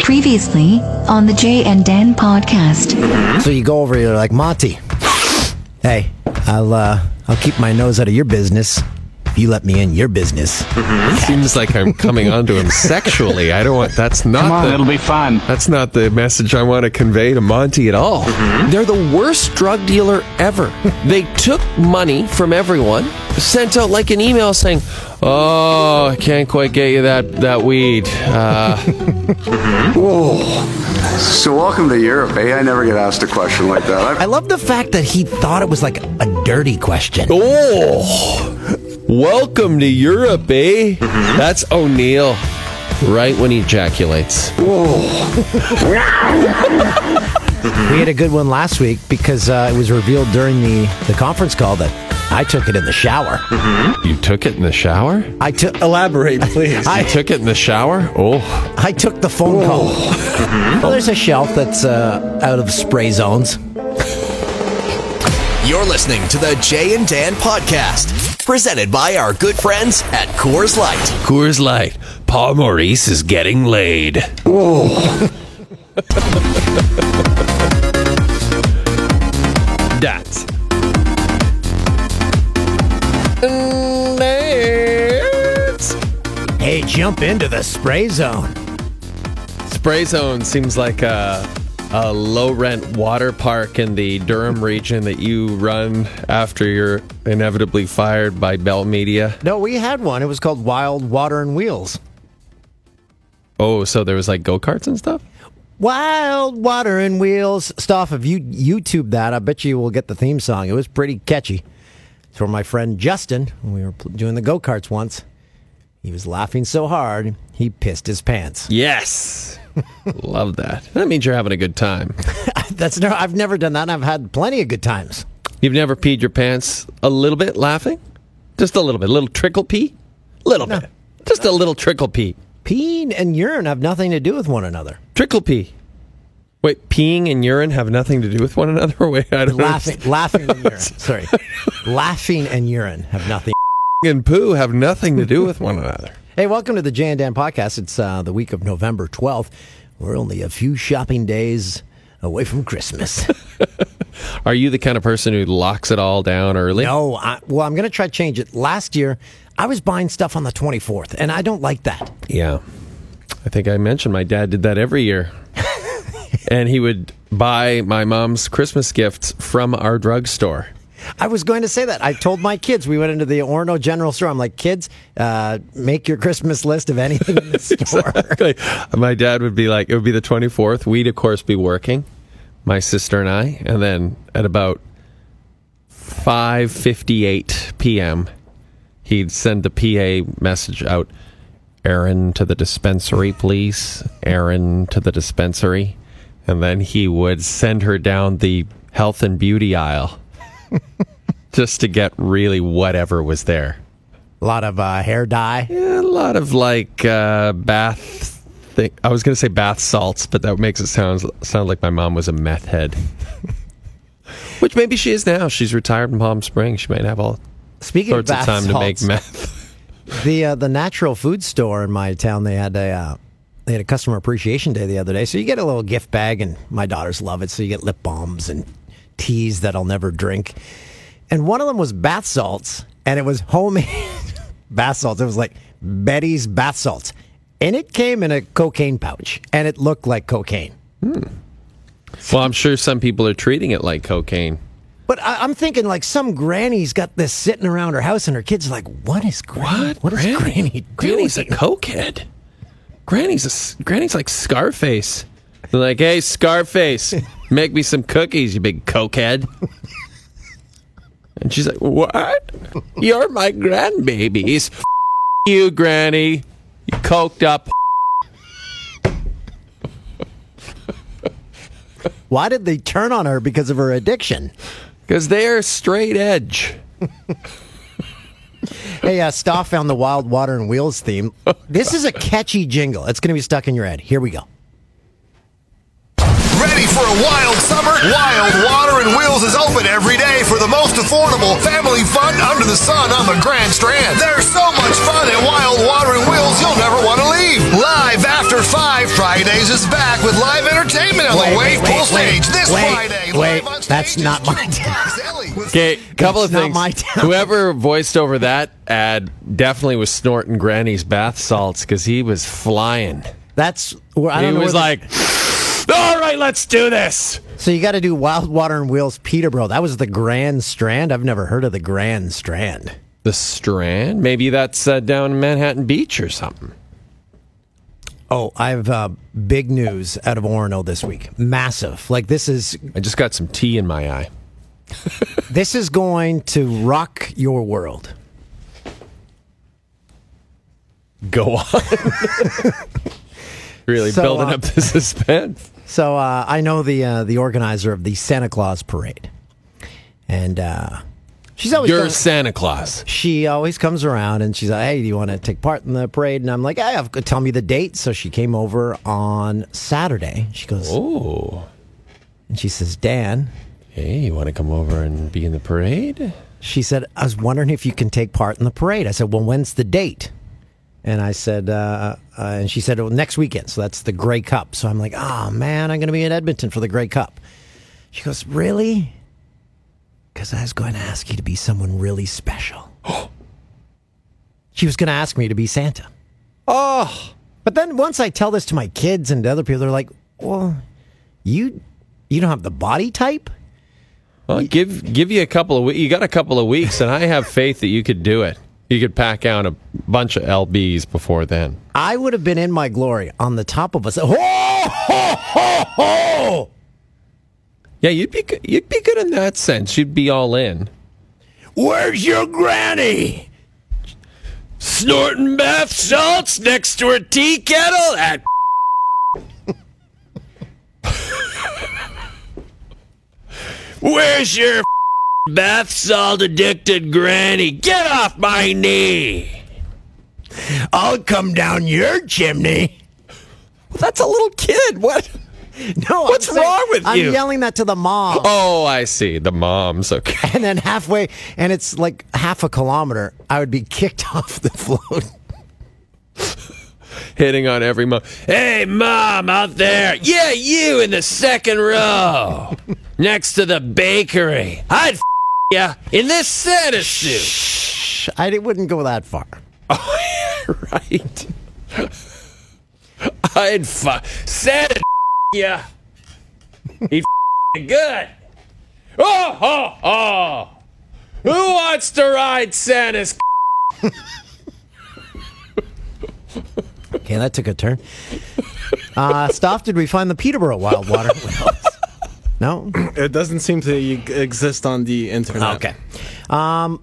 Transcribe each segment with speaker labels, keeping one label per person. Speaker 1: Previously on the Jay and Dan podcast.
Speaker 2: So you go over, you're like, Monty, hey, I'll uh, I'll keep my nose out of your business. If you let me in your business.
Speaker 3: Mm-hmm.
Speaker 4: Seems like I'm coming onto him sexually. I don't want. That's not.
Speaker 5: Come on,
Speaker 4: the,
Speaker 5: it'll be fun.
Speaker 4: That's not the message I want to convey to Monty at all.
Speaker 3: They're the worst drug dealer ever. they took money from everyone, sent out like an email saying, "Oh, I can't quite get you that that weed." Uh,
Speaker 6: Hmm? So welcome to Europe, eh? I never get asked a question like that.
Speaker 2: I love the fact that he thought it was like a dirty question. Mm-hmm.
Speaker 3: oh, welcome to Europe, eh? That's O'Neill. Right when he ejaculates.
Speaker 2: We had a good one last week because uh, it was revealed during the, the conference call that I took it in the shower.
Speaker 4: You took it in the shower.
Speaker 2: I took
Speaker 4: Elaborate, please. I
Speaker 2: I-
Speaker 4: took it in the shower. Oh, Mm-hmm.
Speaker 2: I took the phone call. well, there's a shelf that's uh, out of spray zones.
Speaker 7: You're listening to the Jay and Dan podcast, presented by our good friends at Coors Light.
Speaker 3: Coors Light. Paul Maurice is getting laid.
Speaker 4: that's
Speaker 2: Hey, jump into the spray zone.
Speaker 4: Spray Zone seems like a, a low rent water park in the Durham region that you run after you're inevitably fired by Bell Media.
Speaker 2: No, we had one. It was called Wild Water and Wheels.
Speaker 4: Oh, so there was like go karts and stuff?
Speaker 2: Wild Water and Wheels stuff. If you YouTube that, I bet you will get the theme song. It was pretty catchy. It's from my friend Justin. When we were pl- doing the go karts once, he was laughing so hard he pissed his pants.
Speaker 4: Yes. Love that. That means you're having a good time.
Speaker 2: That's no, I've never done that. and I've had plenty of good times.
Speaker 4: You've never peed your pants a little bit laughing? Just a little bit. A little trickle pee? Little bit. Just a little trickle pee.
Speaker 2: Peeing and urine have nothing to do with one another.
Speaker 4: Trickle pee. Wait, peeing and urine have nothing to do with one another? Wait, I don't
Speaker 2: Laughing,
Speaker 4: understand.
Speaker 2: laughing and urine. Sorry, laughing and urine have nothing.
Speaker 4: and poo have nothing to do with one another.
Speaker 2: Hey, welcome to the Jay and Dan podcast. It's uh, the week of November 12th. We're only a few shopping days away from Christmas.
Speaker 4: Are you the kind of person who locks it all down early?
Speaker 2: no, I, well, I'm going to try to change it. Last year, I was buying stuff on the 24th, and I don't like that.
Speaker 4: Yeah. I think I mentioned my dad did that every year. and he would buy my mom's Christmas gifts from our drugstore.
Speaker 2: I was going to say that. I told my kids, we went into the Orno General Store. I'm like, kids, uh, make your Christmas list of anything in the store.
Speaker 4: my dad would be like, it would be the 24th. We'd, of course, be working, my sister and I. And then at about 5.58 p.m., he'd send the PA message out, Aaron to the dispensary, please. Aaron to the dispensary. And then he would send her down the health and beauty aisle just to get really whatever was there.
Speaker 2: A lot of uh, hair dye.
Speaker 4: Yeah, a lot of like uh, bath. Thing. I was going to say bath salts, but that makes it sound sound like my mom was a meth head, which maybe she is now. She's retired in Palm Springs. She might have all
Speaker 2: Speaking
Speaker 4: sorts
Speaker 2: of bath
Speaker 4: of time to make
Speaker 2: salts,
Speaker 4: meth.
Speaker 2: the uh, the natural food store in my town they had a uh, they had a customer appreciation day the other day so you get a little gift bag and my daughters love it so you get lip balms and teas that i'll never drink and one of them was bath salts and it was homemade bath salts it was like betty's bath salts and it came in a cocaine pouch and it looked like cocaine
Speaker 4: Well, I'm sure some people are treating it like cocaine.
Speaker 2: but I, I'm thinking like some granny's got this sitting around her house, and her kids are like, "What is granny? what is granny doing?"
Speaker 4: Granny's a cokehead. Granny's a s- Granny's like Scarface. They're like, hey, Scarface, make me some cookies, you big cokehead. And she's like, what? You're my grandbabies. F- you, Granny. You coked up.
Speaker 2: Why did they turn on her because of her addiction?
Speaker 4: Because they're straight edge.
Speaker 2: Hey, uh, Stoff found the Wild Water and Wheels theme. This is a catchy jingle. It's going to be stuck in your head. Here we go.
Speaker 7: Ready for a wild summer? Wild Water and Wheels is open every day for the most affordable family fun under the sun on the Grand Strand. There's so much fun at Wild Water and Wheels, you'll never want to leave. Live after 5 from Fridays is back with live entertainment on the Wave Pool stage this
Speaker 2: wait,
Speaker 7: Friday.
Speaker 2: Wait,
Speaker 7: live on stage
Speaker 2: that's
Speaker 7: is
Speaker 2: not my
Speaker 7: Drew Fox Ellie with
Speaker 4: Okay, couple
Speaker 2: That's
Speaker 4: of
Speaker 2: not
Speaker 4: things.
Speaker 2: my town.
Speaker 4: Whoever voiced over that ad definitely was snorting Granny's bath salts because he was flying.
Speaker 2: That's where I
Speaker 4: He
Speaker 2: don't know.
Speaker 4: was
Speaker 2: where the-
Speaker 4: like, "All right, let's do this."
Speaker 2: so you got to do Wild Water and Wheels Peterborough. That was the Grand Strand. I've never heard of the Grand Strand.
Speaker 4: The Strand. Maybe that's uh, down in Manhattan Beach or something.
Speaker 2: Oh, I have uh, big news out of Orono this week. Massive. Like this is
Speaker 4: I just got some tea in my eye.
Speaker 2: this is going to rock your world.
Speaker 4: Go on. really
Speaker 2: So,
Speaker 4: building
Speaker 2: uh,
Speaker 4: up the suspense.
Speaker 2: So uh, I know the uh, the organizer of the Santa Claus parade, and uh, she's always
Speaker 4: You're
Speaker 2: done-
Speaker 4: Santa Claus.
Speaker 2: she always comes around and she's like, "Hey, do you want to take part in the parade?" And I'm like, "Yeah, of- tell me the date." So she came over on Saturday. She goes
Speaker 4: Oh,
Speaker 2: and she says, "Dan,"
Speaker 4: hey, you want to come over and be in the parade?
Speaker 2: she said, "I was wondering if you can take part in the parade." I said, "Well, when's the date?" And I said, uh, uh, and she said, well, next weekend. So that's the Grey Cup. So I'm like, oh man, I'm going to be in Edmonton for the Grey Cup. She goes, really? Because I was going to ask you to be someone really special. she was going to ask me to be Santa. Oh.
Speaker 4: Oh.
Speaker 2: But then once I tell this to my kids and to other people, they're like, well, you, you don't have the body type?
Speaker 4: Well, give give you a couple of we- you got a couple of weeks, and I have faith that you could do it. You could pack out a bunch of lbs before then.
Speaker 2: I would have been in my glory on the top of Oh, us. Ho, ho, ho, ho!
Speaker 4: Yeah, you'd be good, you'd be good in that sense. You'd be all in.
Speaker 2: Where's your granny?
Speaker 4: Snorting bath salts next to her tea kettle. That Where's your bath salt addicted granny? Get off my knee.
Speaker 2: I'll come down your chimney.
Speaker 4: That's a little kid. What?
Speaker 2: No,
Speaker 4: What's
Speaker 2: I'm saying-
Speaker 4: wrong with you?
Speaker 2: I'm yelling that to the mom,
Speaker 4: Oh, I see. The mom's okay.
Speaker 2: and then halfway, and it's like half a kilometer. I would be kicked off the float.
Speaker 4: hitting on every mom. Hey, mom, out there. Yeah, you in the second row next to the bakery. I'd f- yeah in this Santa suit.
Speaker 2: I di- wouldn't go that far.
Speaker 4: right. I'd fuck Santa. yeah. He f- good. Oh, oh, oh. Who wants to ride Santa's?
Speaker 2: Okay, that took a turn. Uh, Stoph, did we find the Peterborough Wild Water? no.
Speaker 8: It doesn't seem to e- exist on the internet.
Speaker 2: Okay. Um,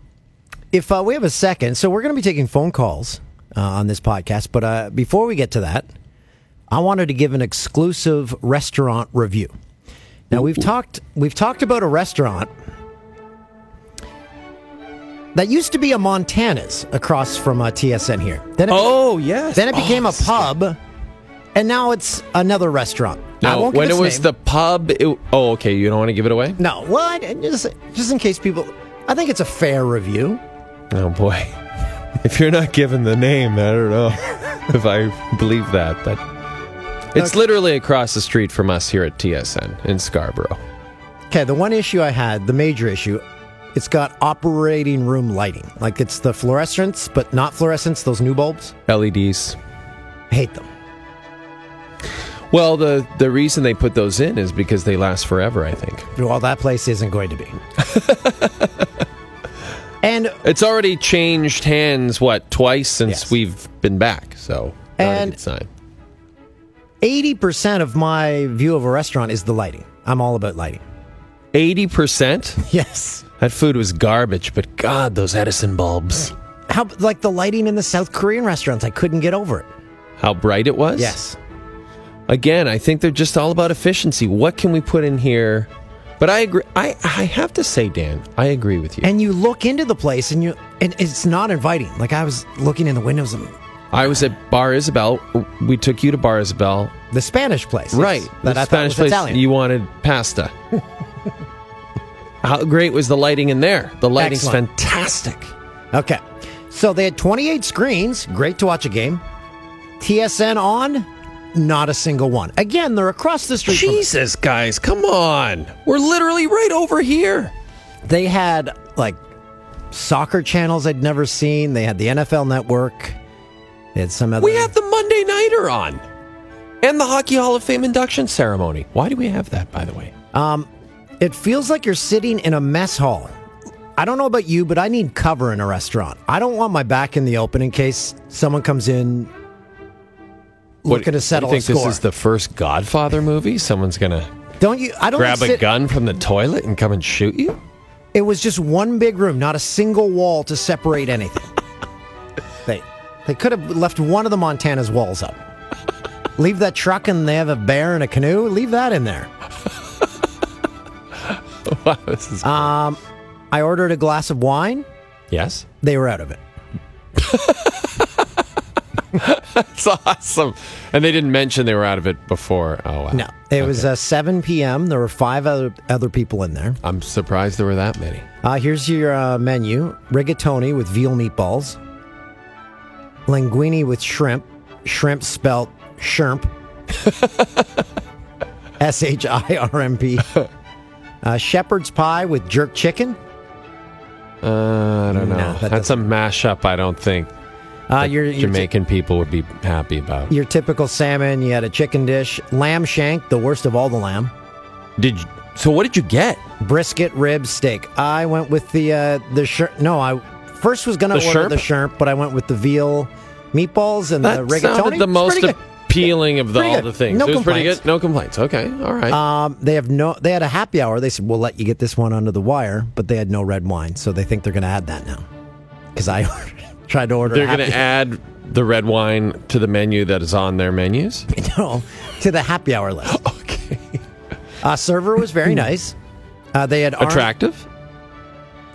Speaker 2: if uh, we have a second, so we're going to be taking phone calls uh, on this podcast. But uh, before we get to that, I wanted to give an exclusive restaurant review. Now we've talked we've talked about a restaurant that used to be a Montana's across from uh, TSN here. Then it,
Speaker 4: Oh yes.
Speaker 2: then it became a pub, and now it's another restaurant. I
Speaker 4: No,
Speaker 2: won't give
Speaker 4: when it
Speaker 2: its
Speaker 4: was
Speaker 2: name.
Speaker 4: the pub. It, oh, okay. You don't want to give it away.
Speaker 2: no, well, I, just just in case people, I think it's a fair review.
Speaker 4: Oh boy. If you're not given the name, I don't know if I believe that, but it's literally across the street from us here at TSN in Scarborough.
Speaker 2: Okay, the one issue I had, the major issue, it's got operating room lighting. Like it's the fluorescence, but not fluorescence, those new bulbs.
Speaker 4: LEDs.
Speaker 2: I hate them.
Speaker 4: Well, the the reason they put those in is because they last forever, I think.
Speaker 2: Well, that place isn't going to be. and
Speaker 4: It's already changed hands what, twice since
Speaker 2: Yes.
Speaker 4: we've been back, so not
Speaker 2: And-
Speaker 4: a good sign.
Speaker 2: 80% of my view of a restaurant is the lighting. I'm all about lighting.
Speaker 4: 80%?
Speaker 2: Yes.
Speaker 4: That food was garbage, but god, those Edison bulbs.
Speaker 2: How like the lighting in the South Korean restaurants, I couldn't get over it.
Speaker 4: How bright it was?
Speaker 2: Yes.
Speaker 4: again, I think they're just all about efficiency. What can we put in here? But I agree. I, I have to say, Dan, I agree with you.
Speaker 2: And you look into the place and you and it's not inviting. Like I was looking in the windows of
Speaker 4: I was at Bar Isabel. We took you to Bar Isabel.
Speaker 2: the Spanish place. yes,
Speaker 4: right.
Speaker 2: That
Speaker 4: the
Speaker 2: I
Speaker 4: Spanish
Speaker 2: thought was
Speaker 4: place.
Speaker 2: Italian.
Speaker 4: You wanted pasta. How great was the lighting in there? The lighting's
Speaker 2: Excellent.
Speaker 4: fantastic.
Speaker 2: Okay. So they had 28 screens. Great to watch a game. TSN on, Not a single one. Again, they're across the street. from-
Speaker 4: Jesus, guys, come on. We're literally right over here.
Speaker 2: they had like soccer channels I'd never seen. They had the NFL Network. They had some other.
Speaker 4: We have the Monday Nighter on and the Hockey Hall of Fame induction ceremony. Why do we have that, by the way?
Speaker 2: Um, It feels like you're sitting in a mess hall. I don't know about you, but I need cover in a restaurant. I don't want my back in the open in case someone comes in
Speaker 4: What-
Speaker 2: looking to settle
Speaker 4: you
Speaker 2: a
Speaker 4: think this
Speaker 2: score.
Speaker 4: is the first Godfather movie? Someone's going to
Speaker 2: don't you? I don't
Speaker 4: grab a
Speaker 2: sit-
Speaker 4: gun from the toilet and come and shoot you?
Speaker 2: It was just one big room, not a single wall to separate anything. they they could have left one of the Montana's walls up. Leave that truck and they have a bear and a canoe. Leave that in there.
Speaker 4: Wow, this is
Speaker 2: Um, I ordered a glass of wine.
Speaker 4: yes.
Speaker 2: They were out of it.
Speaker 4: It's awesome. And they didn't mention they were out of it before. Oh wow.
Speaker 2: No, it was uh, 7 p.m. There were five other, other people in there.
Speaker 4: I'm surprised there were that many.
Speaker 2: Uh, here's your uh, menu rigatoni with veal meatballs, linguine with shrimp, shrimp spelt shrimp, S H I R M P, uh, shepherd's pie with jerk chicken.
Speaker 4: Uh, I don't know.
Speaker 2: No, that
Speaker 4: That's a mashup. I don't think
Speaker 2: Uh, your, your, ti-
Speaker 4: Jamaican people would be happy about.
Speaker 2: your typical salmon, you had a chicken dish, lamb shank, the worst of all the lamb,
Speaker 4: Did you, so? What did you get?
Speaker 2: brisket, ribs, steak. I went with the, uh, the shrimp. No, I first was going to
Speaker 4: The
Speaker 2: order
Speaker 4: shrimp?
Speaker 2: the shrimp, but I went with the veal meatballs and
Speaker 4: That
Speaker 2: the rigatoni.
Speaker 4: sounded the
Speaker 2: It's
Speaker 4: most
Speaker 2: pretty good.
Speaker 4: appealing of the,
Speaker 2: Pretty
Speaker 4: all
Speaker 2: good.
Speaker 4: the things.
Speaker 2: No
Speaker 4: it was pretty
Speaker 2: complaints.
Speaker 4: good. No complaints. Okay. All right.
Speaker 2: Um, they have no. They had a happy hour. They said we'll let you get this one under the wire, but they had no red wine, so they think they're going to add that now. Because I tried to order.
Speaker 4: They're going
Speaker 2: happy,
Speaker 4: to add the red wine to the menu that is on their menus.
Speaker 2: no to the happy hour list.
Speaker 4: Okay. Hmm.
Speaker 2: Uh, server was very nice. Uh, they had orange-
Speaker 4: Attractive.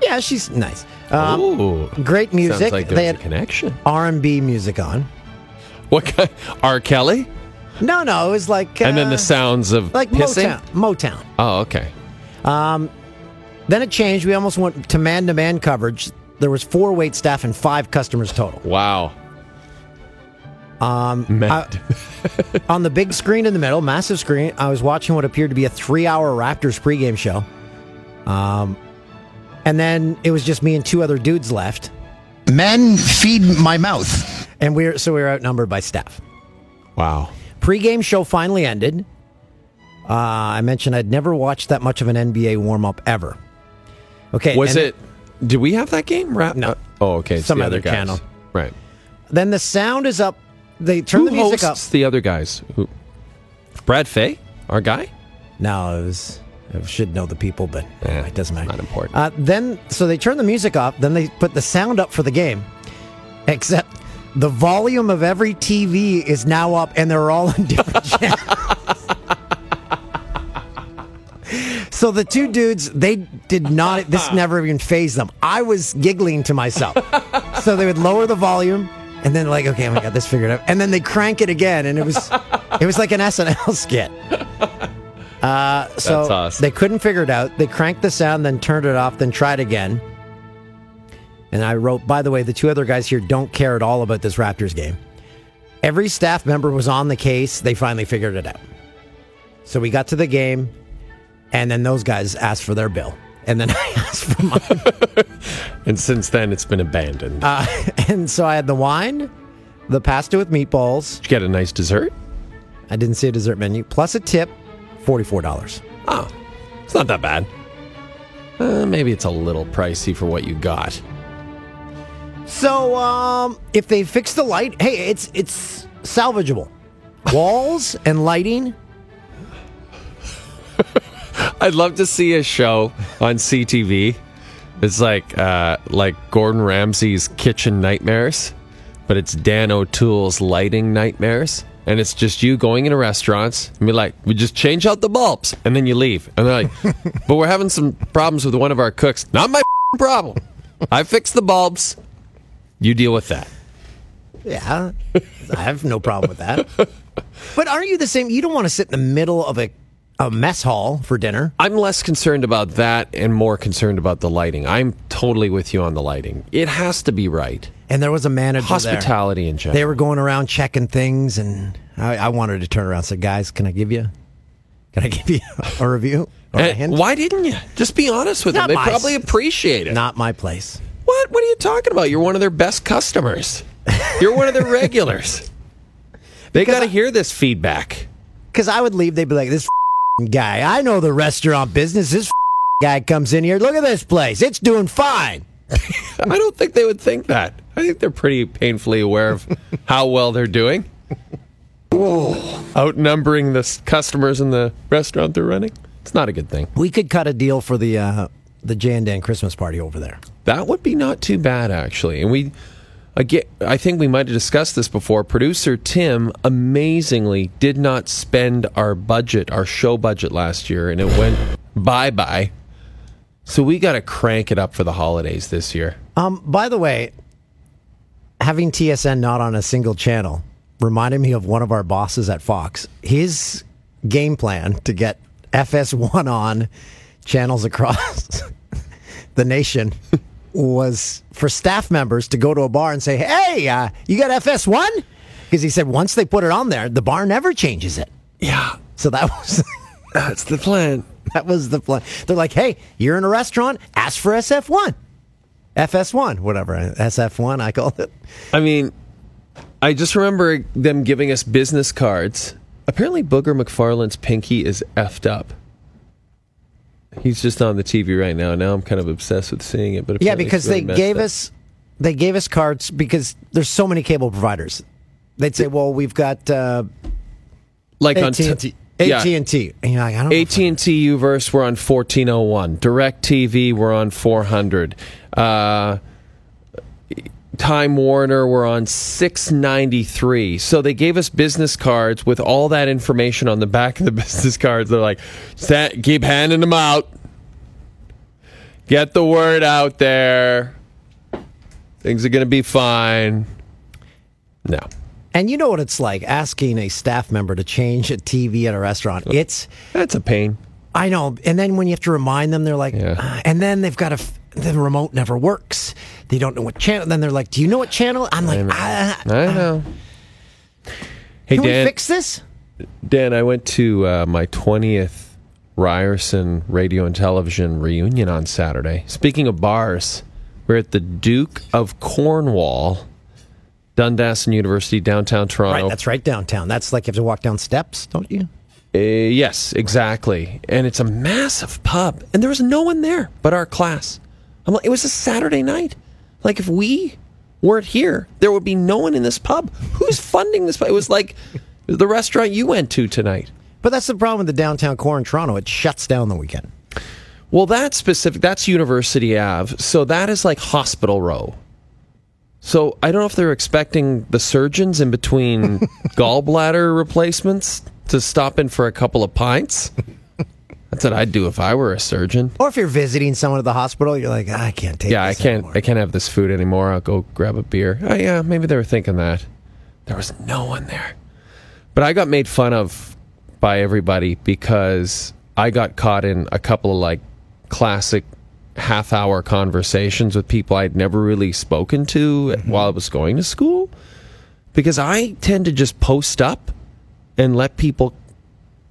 Speaker 2: Yeah, she's nice. Um,
Speaker 4: Ooh.
Speaker 2: great music.
Speaker 4: Sounds like
Speaker 2: they
Speaker 4: there's a
Speaker 2: had
Speaker 4: connection.
Speaker 2: R and B music on.
Speaker 4: What kind? R. Kelly.
Speaker 2: No, no, it was like uh,
Speaker 4: and then the sounds of
Speaker 2: like
Speaker 4: pissing.
Speaker 2: Motown. Motown. Um,
Speaker 4: Oh, okay.
Speaker 2: Then it changed. We almost went to man to man coverage. There was four wait staff and five customers total.
Speaker 4: Wow. Um,
Speaker 2: on the big screen in the middle, massive screen, I was watching what appeared to be a three-hour Raptors pregame show. Um, and then it was just me and two other dudes left,
Speaker 7: Men feed my mouth.
Speaker 2: and we were so we were outnumbered by staff.
Speaker 4: wow.
Speaker 2: Pre-game show finally ended. Uh, I mentioned I'd never watched that much of an NBA warm-up ever. Okay,
Speaker 4: Was
Speaker 2: and
Speaker 4: it? Did we have that game? Ra-
Speaker 2: No.
Speaker 4: uh, oh, okay. It's
Speaker 2: Some
Speaker 4: the
Speaker 2: other
Speaker 4: other, guys.
Speaker 2: channel.
Speaker 4: Right.
Speaker 2: Then the sound is up. They turn
Speaker 4: Who
Speaker 2: the music up.
Speaker 4: hosts the other guys? Who? Brad Fay, our guy.
Speaker 2: No, it was. I should know the people, but
Speaker 4: Eh,
Speaker 2: it doesn't matter.
Speaker 4: not important.
Speaker 2: Uh, then, so they turn the music off. Then they put the sound up for the game. Except the volume of every TV is now up, and they're all on different channels. So the two dudes, they did not. This never even phased them. I was giggling to myself. so they would lower the volume, and then like, okay, we got this figured out, and then they crank it again, and it was, it was like an SNL skit. So
Speaker 4: That's awesome.
Speaker 2: they couldn't figure it out. They cranked the sound, then turned it off, then tried again. And I wrote, by the way, the two other guys here don't care at all about this Raptors game. Every staff member was on the case. They finally figured it out. So we got to the game, and then those guys asked for their bill. And then I asked for mine.
Speaker 4: And since then, it's been abandoned.
Speaker 2: Uh, and so I had the wine, the pasta with meatballs.
Speaker 4: did you get a nice dessert?
Speaker 2: I didn't see a dessert menu, plus a tip, $44.
Speaker 4: Oh, it's not that bad. Uh, maybe it's a little pricey for what you got.
Speaker 2: So, um, if they fix the light, hey, it's it's salvageable. Walls and lighting.
Speaker 4: I'd love to see a show on CTV. It's like uh, like Gordon Ramsay's kitchen nightmares, but it's Dan O'Toole's lighting nightmares. And it's just you going into restaurants and be like, we just change out the bulbs, and then you leave. And they're like, but we're having some problems with one of our cooks. Not my problem. I fixed the bulbs. You deal with that.
Speaker 2: Yeah, I have no problem with that. But aren't you the same? You don't want to sit in the middle of a a mess hall for dinner.
Speaker 4: I'm less concerned about that and more concerned about the lighting. I'm totally with you on the lighting. It has to be right.
Speaker 2: And there was a manager there.
Speaker 4: Hospitality in general.
Speaker 2: They were going around checking things, and I, I wanted to turn around and say, guys, can I give you, can I give you a review or a
Speaker 4: And
Speaker 2: hint?
Speaker 4: Eh, why didn't you? Just be honest with
Speaker 2: Not
Speaker 4: them. They
Speaker 2: my-
Speaker 4: probably appreciate it.
Speaker 2: Not my place.
Speaker 4: What? What are you talking about? You're one of their best customers. You're one of their regulars. They got to hear this feedback.
Speaker 2: Because I would leave, they'd be like, this f***ing guy, I know the restaurant business. This f***ing guy comes in here. Look at this place. It's doing fine.
Speaker 4: I don't think they would think that. I think they're pretty painfully aware of how well they're doing. Outnumbering the s- customers in the restaurant they're running. It's not a good thing.
Speaker 2: We could cut a deal for the uh, the Jan Dan Christmas party over there.
Speaker 4: That would be not too bad actually. And we again I think we might have discussed this before. Producer Tim amazingly did not spend our budget, our show budget last year and it went bye-bye. So we got to crank it up for the holidays this year.
Speaker 2: Um, by the way, having TSN not on a single channel reminded me of one of our bosses at Fox. His game plan to get FS1 on channels across the nation was for staff members to go to a bar and say, "Hey, uh, you got FS1?" Because he said once they put it on there, the bar never changes it.
Speaker 4: Yeah,
Speaker 2: So that was
Speaker 4: that's the plan.
Speaker 2: that was the plan. They're like, hey, you're in a restaurant, ask for SF1. FS1, whatever. SF1, I called it.
Speaker 4: I mean, I just remember them giving us business cards. Apparently, Booger McFarland's pinky is effed up. He's just on the TV right now. Now I'm kind of obsessed with seeing it. But
Speaker 2: Yeah,
Speaker 4: apparently it's
Speaker 2: because
Speaker 4: really
Speaker 2: they
Speaker 4: messed
Speaker 2: gave
Speaker 4: up.
Speaker 2: us they gave us cards because there's so many cable providers. They'd say, well, we've got uh,
Speaker 4: like on
Speaker 2: AT&T.
Speaker 4: t- yeah.
Speaker 2: AT&T. And you're like, I don't know if
Speaker 4: AT
Speaker 2: I-
Speaker 4: and T Uverse, we're on fourteen oh one. Direct TV, we're on four hundred. Uh, Time Warner, we're on six ninety three. So they gave us business cards with all that information on the back of the business cards. They're like, "Sa- keep handing them out. Get the word out there. Things are going to be fine. No,
Speaker 2: And you know what it's like asking a staff member to change a TV at a restaurant. It's
Speaker 4: that's a pain.
Speaker 2: I know. And then when you have to remind them, they're like,
Speaker 4: Yeah.
Speaker 2: "Ah," and then they've got to, f- the remote never works. They don't know what channel. Then they're like, do you know what channel? I'm like, ah,
Speaker 4: I know. Hey,
Speaker 2: can we
Speaker 4: Dan.
Speaker 2: fix this?
Speaker 4: Dan, I went to uh, my 20th Ryerson radio and television reunion on Saturday. Speaking of bars, we're at the Duke of Cornwall, Dundas and University, downtown Toronto.
Speaker 2: Right. That's right downtown. That's like you have to walk down steps, don't you?
Speaker 4: Uh, yes, exactly. And it's a massive pub, and there was no one there but our class. I'm like, it was a Saturday night. Like, if we weren't here, there would be no one in this pub. Who's funding this pub? It was like the restaurant you went to tonight.
Speaker 2: But that's the problem with the downtown core in Toronto. It shuts down the weekend.
Speaker 4: Well, that's specific. That's University Ave. So that is like Hospital Row. So I don't know if they're expecting the surgeons in between gallbladder replacements to stop in for a couple of pints. That's what I'd do if I were a surgeon.
Speaker 2: Or if you're visiting someone at the hospital, you're like, "Ah, I can't take
Speaker 4: Yeah, I
Speaker 2: this
Speaker 4: can't.
Speaker 2: anymore."
Speaker 4: I can't have this food anymore. I'll go grab a beer. Oh yeah, maybe they were thinking that. There was no one there, but I got made fun of by everybody because I got caught in a couple of like classic half-hour conversations with people I'd never really spoken to
Speaker 2: Mm-hmm.
Speaker 4: while I was going to school. Because I tend to just post up and let people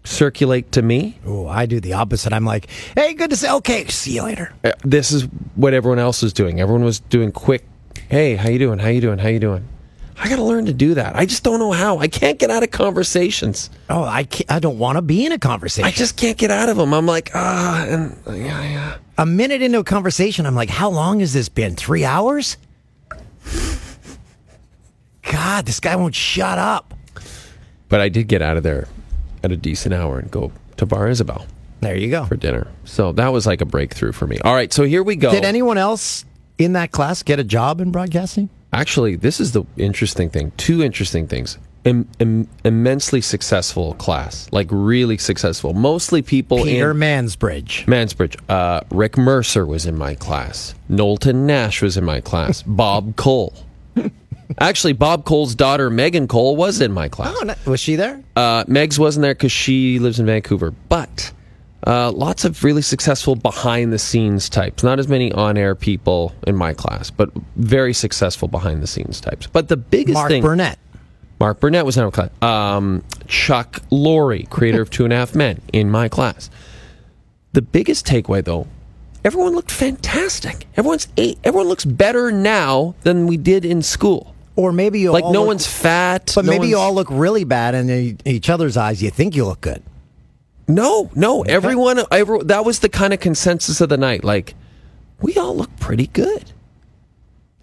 Speaker 4: circulate to me.
Speaker 2: Ooh, I do the opposite. I'm like, hey, good to see. Okay, see you later.
Speaker 4: Uh, this is what everyone else was doing. Everyone was doing quick, hey, how you doing? How you doing? How you doing? I got to learn to do that. I just don't know how. I can't get out of conversations.
Speaker 2: Oh, I can't, I don't want to be in a conversation.
Speaker 4: I just can't get out of them. I'm like, ah, and yeah, yeah.
Speaker 2: a minute into a conversation, I'm like, how long has this been? Three hours? God, this guy won't shut up.
Speaker 4: But I did get out of there at a decent hour and go to Bar Isabel
Speaker 2: There you go.
Speaker 4: for dinner. So that was like a breakthrough for me. All right, so here we go.
Speaker 2: Did anyone else in that class get a job in broadcasting?
Speaker 4: Actually, this is the interesting thing. Two interesting things. Im- im- immensely successful class, like really successful. Mostly people
Speaker 2: Peter
Speaker 4: in
Speaker 2: Mansbridge.
Speaker 4: Mansbridge. Uh, Rick Mercer was in my class. Knowlton Nash was in my class. Bob Cole. Actually, Bob Cole's daughter, Megan Cole, was in my class.
Speaker 2: Oh, no- was she there?
Speaker 4: Uh, Megs wasn't there because she lives in Vancouver, but uh, lots of really successful behind the scenes types. Not as many on air people in my class, but very successful behind the scenes types. But the biggest
Speaker 2: Mark
Speaker 4: thing.
Speaker 2: Burnett.
Speaker 4: Mark Burnett was in our class. Um, Chuck Lorre, creator of Two and a Half Men, in my class. The biggest takeaway, though, everyone looked fantastic. Everyone's eight. Everyone looks better now than we did in school.
Speaker 2: Or maybe you
Speaker 4: Like
Speaker 2: all
Speaker 4: no
Speaker 2: look-
Speaker 4: one's fat.
Speaker 2: But
Speaker 4: no
Speaker 2: maybe you
Speaker 4: one's-
Speaker 2: all look really bad, and in e-, each other's eyes, you think you look good.
Speaker 4: No, no. Everyone, every, that was the kind of consensus of the night. Like, we all look pretty good.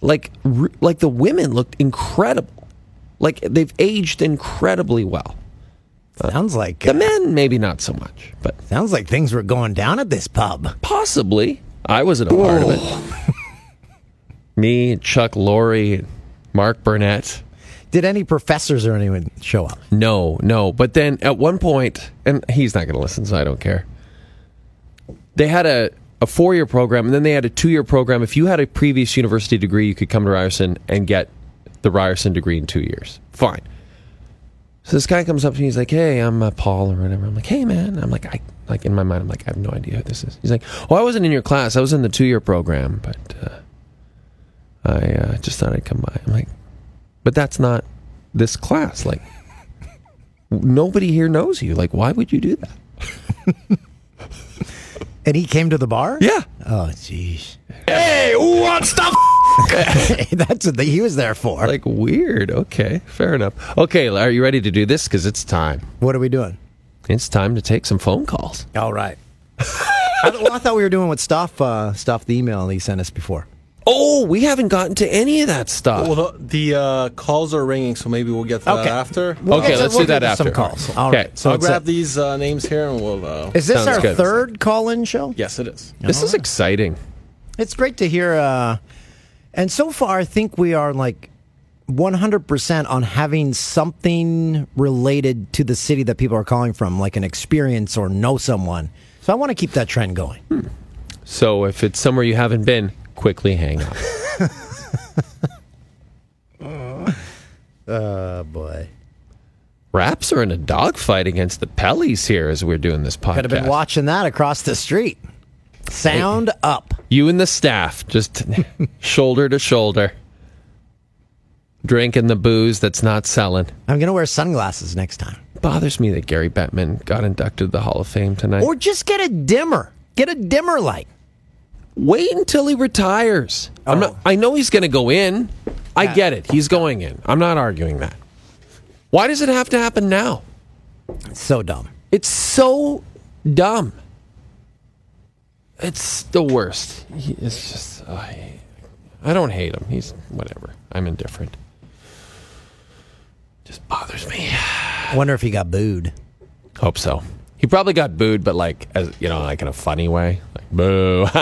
Speaker 4: Like, r- like the women looked incredible. Like they've aged incredibly well.
Speaker 2: sounds like uh,
Speaker 4: The men, maybe not so much, but
Speaker 2: sounds like things were going down at this pub.
Speaker 4: possibly. I wasn't a part of it. Me, Chuck Lorre, Mark Burnett.
Speaker 2: Did any professors or anyone show up?
Speaker 4: No, no. But then at one point, and he's not going to listen, so I don't care. They had a, a four year program, and then they had a two year program. If you had a previous university degree, you could come to Ryerson and get the Ryerson degree in two years. Fine. So this guy comes up to me. He's like, "Hey, I'm uh, Paul or whatever." I'm like, "Hey, man." I'm like, I like in my mind, I'm like, I have no idea who this is. He's like, "Well, I wasn't in your class. I was in the two year program, but uh, I uh, just thought I'd come by." I'm like, "But that's not this class. Like, nobody here knows you. Like, why would you do that?"
Speaker 2: And he came to the bar.
Speaker 4: Yeah.
Speaker 2: Oh, jeez.
Speaker 4: Hey, what's the?
Speaker 2: That's what the, he was there for.
Speaker 4: like weird. Okay, fair enough. Okay, are you ready to do this? Because it's time.
Speaker 2: what are we doing?
Speaker 4: It's time to take some phone calls.
Speaker 2: All right. I, th- well, I thought we were doing what Stoff, uh, Stoff the email he sent us before.
Speaker 4: Oh, we haven't gotten to any of that stuff.
Speaker 8: Well, the, the uh, calls are ringing, so maybe we'll get to
Speaker 2: Okay.
Speaker 8: that after.
Speaker 2: We'll
Speaker 4: Okay,
Speaker 2: get to-
Speaker 4: let's
Speaker 2: we'll
Speaker 4: do that
Speaker 2: get to Some
Speaker 4: after.
Speaker 2: calls. All
Speaker 4: Okay.
Speaker 2: right.
Speaker 8: So I'll
Speaker 2: it's
Speaker 8: grab
Speaker 2: a-
Speaker 8: these uh, names here and we'll. Uh,
Speaker 2: Is this
Speaker 4: Sounds
Speaker 2: our
Speaker 4: good.
Speaker 2: third call-in show?
Speaker 8: yes, it is.
Speaker 4: this is exciting.
Speaker 2: It's great to hear. Uh, and so far, I think we are like 100% on having something related to the city that people are calling from, like an experience or know someone. So I want to keep that trend going.
Speaker 4: So if it's somewhere you haven't been, quickly hang up.
Speaker 2: Oh, boy.
Speaker 4: Raps are in a dogfight against the Pellies here as we're doing this podcast.
Speaker 2: Could have been watching that across the street. Sound up.
Speaker 4: You and the staff just shoulder to shoulder, drinking the booze that's not selling.
Speaker 2: I'm going to wear sunglasses next time.
Speaker 4: bothers me that Gary Bettman got inducted to the Hall of Fame tonight.
Speaker 2: Or just get a dimmer. Get a dimmer light.
Speaker 4: wait until he retires. I'm
Speaker 2: Oh.
Speaker 4: not, I know he's going to go in. I get it. He's going in. I'm not arguing that. Why does it have to happen now?
Speaker 2: It's so dumb.
Speaker 4: It's so dumb. It's the worst. He, it's just I, I don't hate him. He's whatever. I'm indifferent. Just bothers me.
Speaker 2: Wonder if he got booed.
Speaker 4: Hope so. He probably got booed, but like, as you know, like in a funny way. Like, boo.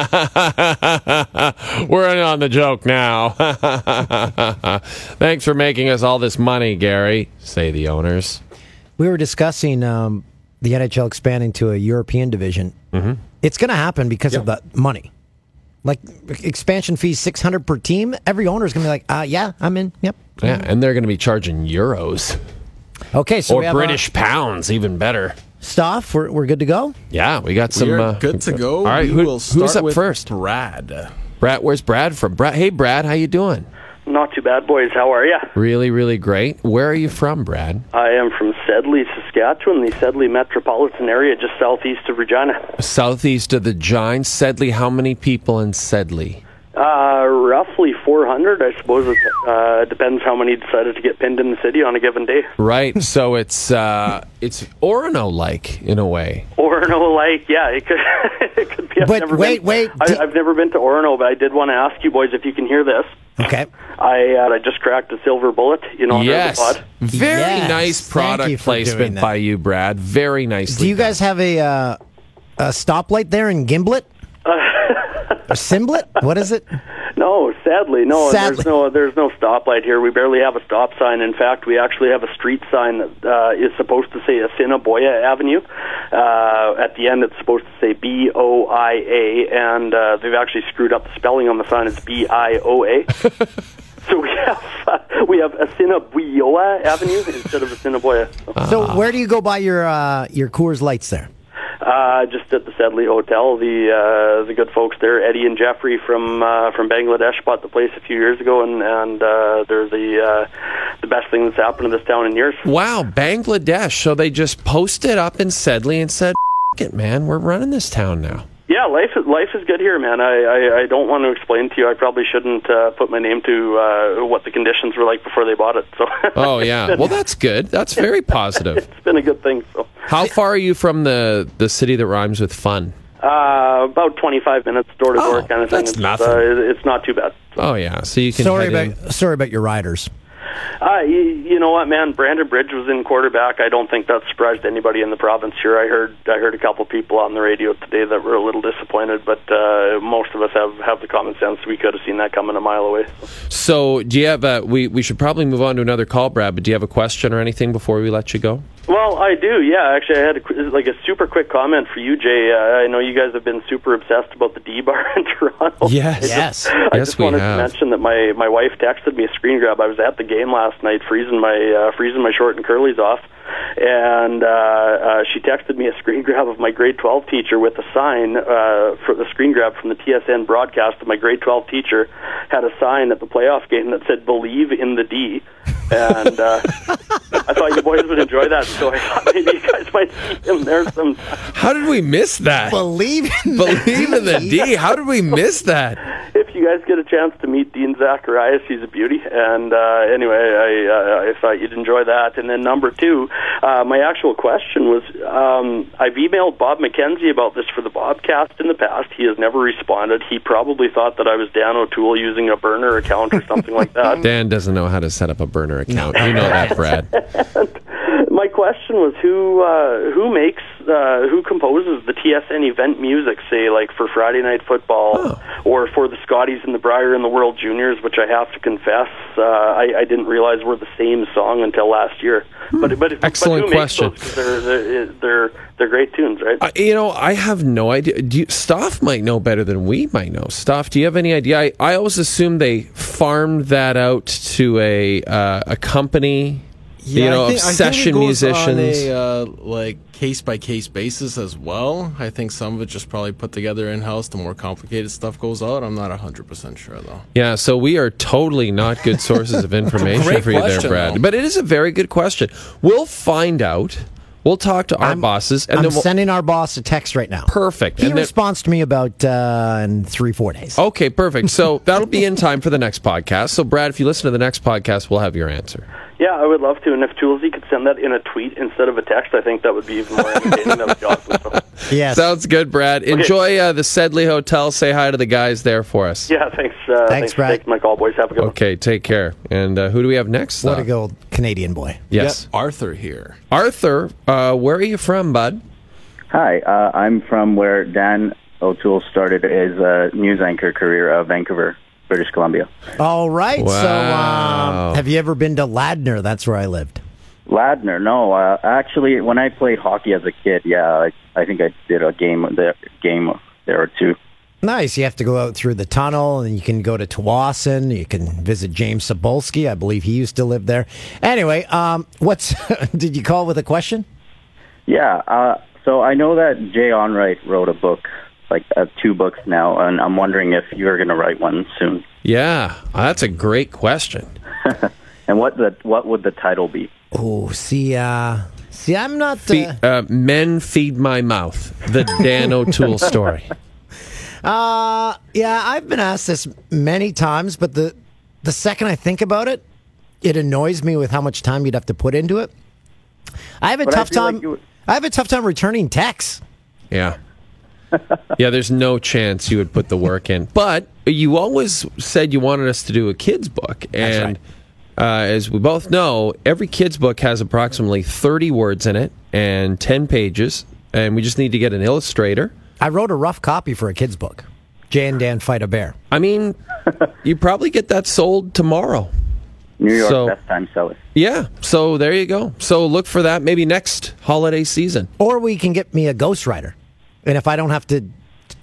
Speaker 4: We're in on the joke now. Thanks for making us all this money, Gary, say the owners.
Speaker 2: We were discussing um, the NHL expanding to a European division. Mm-hmm. It's going to happen because of the money. Like expansion fees, six hundred per team. Every owner is going to be like, uh, "Yeah, I'm in." Yep.
Speaker 4: Yeah,
Speaker 8: Mm.
Speaker 4: and they're going to be charging euros
Speaker 2: Okay, so
Speaker 4: or
Speaker 2: we have
Speaker 4: British pounds, even better.
Speaker 2: stuff. We're we're good to go.
Speaker 4: Yeah, we got some.
Speaker 8: We're
Speaker 4: uh,
Speaker 8: good to go.
Speaker 4: All right,
Speaker 8: we
Speaker 4: who-
Speaker 8: will start
Speaker 4: who's up
Speaker 8: with
Speaker 4: first?
Speaker 8: Brad.
Speaker 4: Brad, where's Brad from? Brad, hey, Brad, how you doing?
Speaker 9: Not too bad, boys. How are ya?
Speaker 4: Really, really great. Where are you from, Brad?
Speaker 9: I am from Sedley, Saskatchewan, the Sedley metropolitan area just southeast of Regina.
Speaker 4: Southeast of the Giants, Sedley. How many people in Sedley?
Speaker 9: Uh, roughly 400, I suppose. It uh, depends how many decided to get pinned in the city on a given day.
Speaker 4: Right. So it's uh, it's Orono like in a way.
Speaker 9: Orono Lake, yeah, it could, it could be. I've
Speaker 2: But
Speaker 9: never
Speaker 2: wait,
Speaker 9: been,
Speaker 2: wait,
Speaker 9: I,
Speaker 2: di-
Speaker 9: I've never been to Orono, but I did want to ask you boys if you can hear this.
Speaker 2: Okay.
Speaker 9: I uh, I just cracked a silver bullet, you know, under the
Speaker 4: yes.
Speaker 9: pod.
Speaker 4: Very
Speaker 2: Yes.
Speaker 4: nice
Speaker 2: Thank
Speaker 4: product
Speaker 2: you for doing
Speaker 4: placement
Speaker 2: that.
Speaker 4: by you, Brad. Very nicely.
Speaker 2: Do you guys have a uh, a stoplight there in Gimblet? or Simblet? What is it?
Speaker 9: No, sadly, no.
Speaker 2: Sadly.
Speaker 9: There's no there's no stoplight here. We barely have a stop sign. In fact, we actually have a street sign that uh, is supposed to say Assiniboia Avenue. Uh, at the end, it's supposed to say B O I A, and uh, they've actually screwed up the spelling on the sign. It's B I O A. So we have uh, we have Assiniboia Avenue instead of Assiniboia.
Speaker 4: Ah.
Speaker 2: So where do you go buy your uh, your Coors Lights there?
Speaker 9: Uh, uh, just at the Sedley Hotel. The uh, the good folks there, Eddie and Jeffrey from uh, from Bangladesh, bought the place a few years ago, and and uh, they're the uh, the best thing that's happened to this town in years.
Speaker 4: Wow, Bangladesh. So they just posted up in Sedley and said, F- it, man, we're running this town now.
Speaker 9: Yeah, life is life is good here, man. I, I, I don't want to explain to you. I probably shouldn't uh, put my name to uh, what the conditions were like before they bought it. So
Speaker 4: Oh, yeah. Well, that's good. That's very positive.
Speaker 9: it's been a good thing. So
Speaker 4: How far are you from the, the city that rhymes with fun?
Speaker 9: uh, about twenty five minutes door to door
Speaker 4: Oh,
Speaker 9: kind of thing.
Speaker 4: that's
Speaker 9: it's,
Speaker 4: nothing.
Speaker 9: Uh, it- it's not too bad.
Speaker 4: Oh, yeah. So you can.
Speaker 2: Sorry
Speaker 4: head in.
Speaker 2: about sorry about your riders.
Speaker 9: Uh, you, you know what, man? Brandon Bridge was in quarterback. I don't think that surprised anybody in the province here. I heard I heard a couple people on the radio today that were a little disappointed, but uh, most of us have have the common sense. We could have seen that coming a mile away.
Speaker 4: So, do you have a? We we should probably move on to another call, Brad. But do you have a question or anything before we let you go?
Speaker 9: Well, I do. Yeah, actually, I had a, qu- like a super quick comment for you, Jay. Uh, I know you guys have been super obsessed about the D bar in Toronto.
Speaker 4: Yes.
Speaker 2: Yes.
Speaker 9: I
Speaker 4: Yes,
Speaker 9: just
Speaker 4: we
Speaker 9: wanted
Speaker 4: have.
Speaker 9: to mention that my my wife texted me a screen grab. I was at the game last night, freezing my uh, freezing my short and curlies off, and uh, uh, she texted me a screen grab of my grade twelve teacher with a sign uh, for the screen grab from the TSN broadcast. That my grade twelve teacher had a sign at the playoff game that said "Believe in the D." and uh, I thought you boys would enjoy that, so I thought maybe you guys might see him there some.
Speaker 4: How did we miss that?
Speaker 2: Believe in
Speaker 4: Believe in the D. How did we miss that?
Speaker 9: if you guys get a chance to meet Dean Zacharias, he's a beauty. And uh, anyway, I, I, I thought you'd enjoy that. And then number two, uh, my actual question was, um, I've emailed Bob McKenzie about this for the Bobcast in the past. He has never responded. He probably thought that I was Dan O'Toole using a burner account or something like that.
Speaker 4: Dan doesn't know how to set up a burner account. You know that, Brad.
Speaker 9: My question was, who uh, who makes uh, who composes the TSN event music? Say, like for Friday Night Football,
Speaker 4: Oh.
Speaker 9: or for the Scotties and the Briar and the World Juniors, which I have to confess, uh, I, I didn't realize were the same song until last year. But but
Speaker 4: Hmm. Excellent
Speaker 9: but who makes
Speaker 4: question.
Speaker 9: those? 'Cause They're, they're they're they're great tunes, right?
Speaker 4: Uh, you know, I have no idea. Do you, Stoff might know better than we might know. Stoff, do you have any idea? I, I always assume they farmed that out to a uh, a company. you know, of session musicians.
Speaker 8: on a uh, like case by case basis as well. I think some of it just probably put together in house. The more complicated stuff goes out. I'm not hundred percent sure though.
Speaker 4: Yeah, so we are totally not good sources of information
Speaker 8: Great
Speaker 4: for you there,
Speaker 8: question,
Speaker 4: Brad.
Speaker 8: though.
Speaker 4: But it is a very good question. We'll find out. We'll talk to our bosses, and
Speaker 2: I'm
Speaker 4: then we'll.
Speaker 2: sending our boss a text right now.
Speaker 4: perfect.
Speaker 2: He
Speaker 4: and then-
Speaker 2: responds to me about uh, in three four days.
Speaker 4: okay, perfect. So that'll be in time for the next podcast. So, Brad, if you listen to the next podcast, we'll have your answer.
Speaker 9: Yeah, I would love to. And if Toolsy could send that in a tweet instead of a text, I think that would be even more entertaining. that would be awesome. So,
Speaker 2: Yes.
Speaker 4: Sounds good, Brad. Enjoy uh, the Sedley Hotel. Say hi to the guys there for us.
Speaker 9: yeah, thanks. Uh,
Speaker 2: Thanks,
Speaker 9: for
Speaker 2: Brad.
Speaker 9: taking my call, boys. Have a good one.
Speaker 4: Okay, take care. And uh, who do we have next?
Speaker 2: what
Speaker 4: though?
Speaker 2: a gold Canadian boy.
Speaker 4: Yes.
Speaker 8: Yep, Arthur here.
Speaker 4: Arthur, uh, where are you from, bud?
Speaker 10: Hi, uh, I'm from where Dan O'Toole started his uh, news anchor career of Vancouver, British Columbia.
Speaker 2: All right. So,
Speaker 4: Wow.
Speaker 2: um, have you ever been to Ladner? That's where I lived.
Speaker 10: Ladner, no, uh, actually, when I played hockey as a kid, yeah, I, I think I did a game there, game there or two.
Speaker 2: Nice. You have to go out through the tunnel, and you can go to Tawasin. You can visit James Sobolski. I believe he used to live there. Anyway, um, what's did you call with a question?
Speaker 10: Yeah, uh, so I know that Jay Onright wrote a book, like uh, two books now, and I'm wondering if you're going to write one soon.
Speaker 4: Yeah, that's a great question.
Speaker 10: And what the what would the title be?
Speaker 2: Oh, see, uh, see, I'm not.
Speaker 4: Fe-
Speaker 2: uh,
Speaker 4: uh, men feed my mouth. The Dan O'Toole story.
Speaker 2: Uh, yeah, I've been asked this many times, but the the second I think about it, it annoys me with how much time you'd have to put into it. I have a
Speaker 10: But I
Speaker 2: tough
Speaker 10: feel like
Speaker 2: time.
Speaker 10: you-
Speaker 2: I have a tough time returning texts.
Speaker 4: Yeah. Yeah, there's no chance you would put the work in. But you always said you wanted us to do a kids book, and uh, as we both know, every kids book has approximately 30 words in it and 10 pages, and we just need to get an illustrator.
Speaker 2: I wrote a rough copy for a kid's book. Jay and Dan fight a bear.
Speaker 4: I mean, you probably get that sold tomorrow.
Speaker 10: New York
Speaker 4: So-
Speaker 10: best time seller.
Speaker 4: Yeah, so there you go. So look for that maybe next holiday season.
Speaker 2: Or we can get me a ghostwriter. And if I don't have to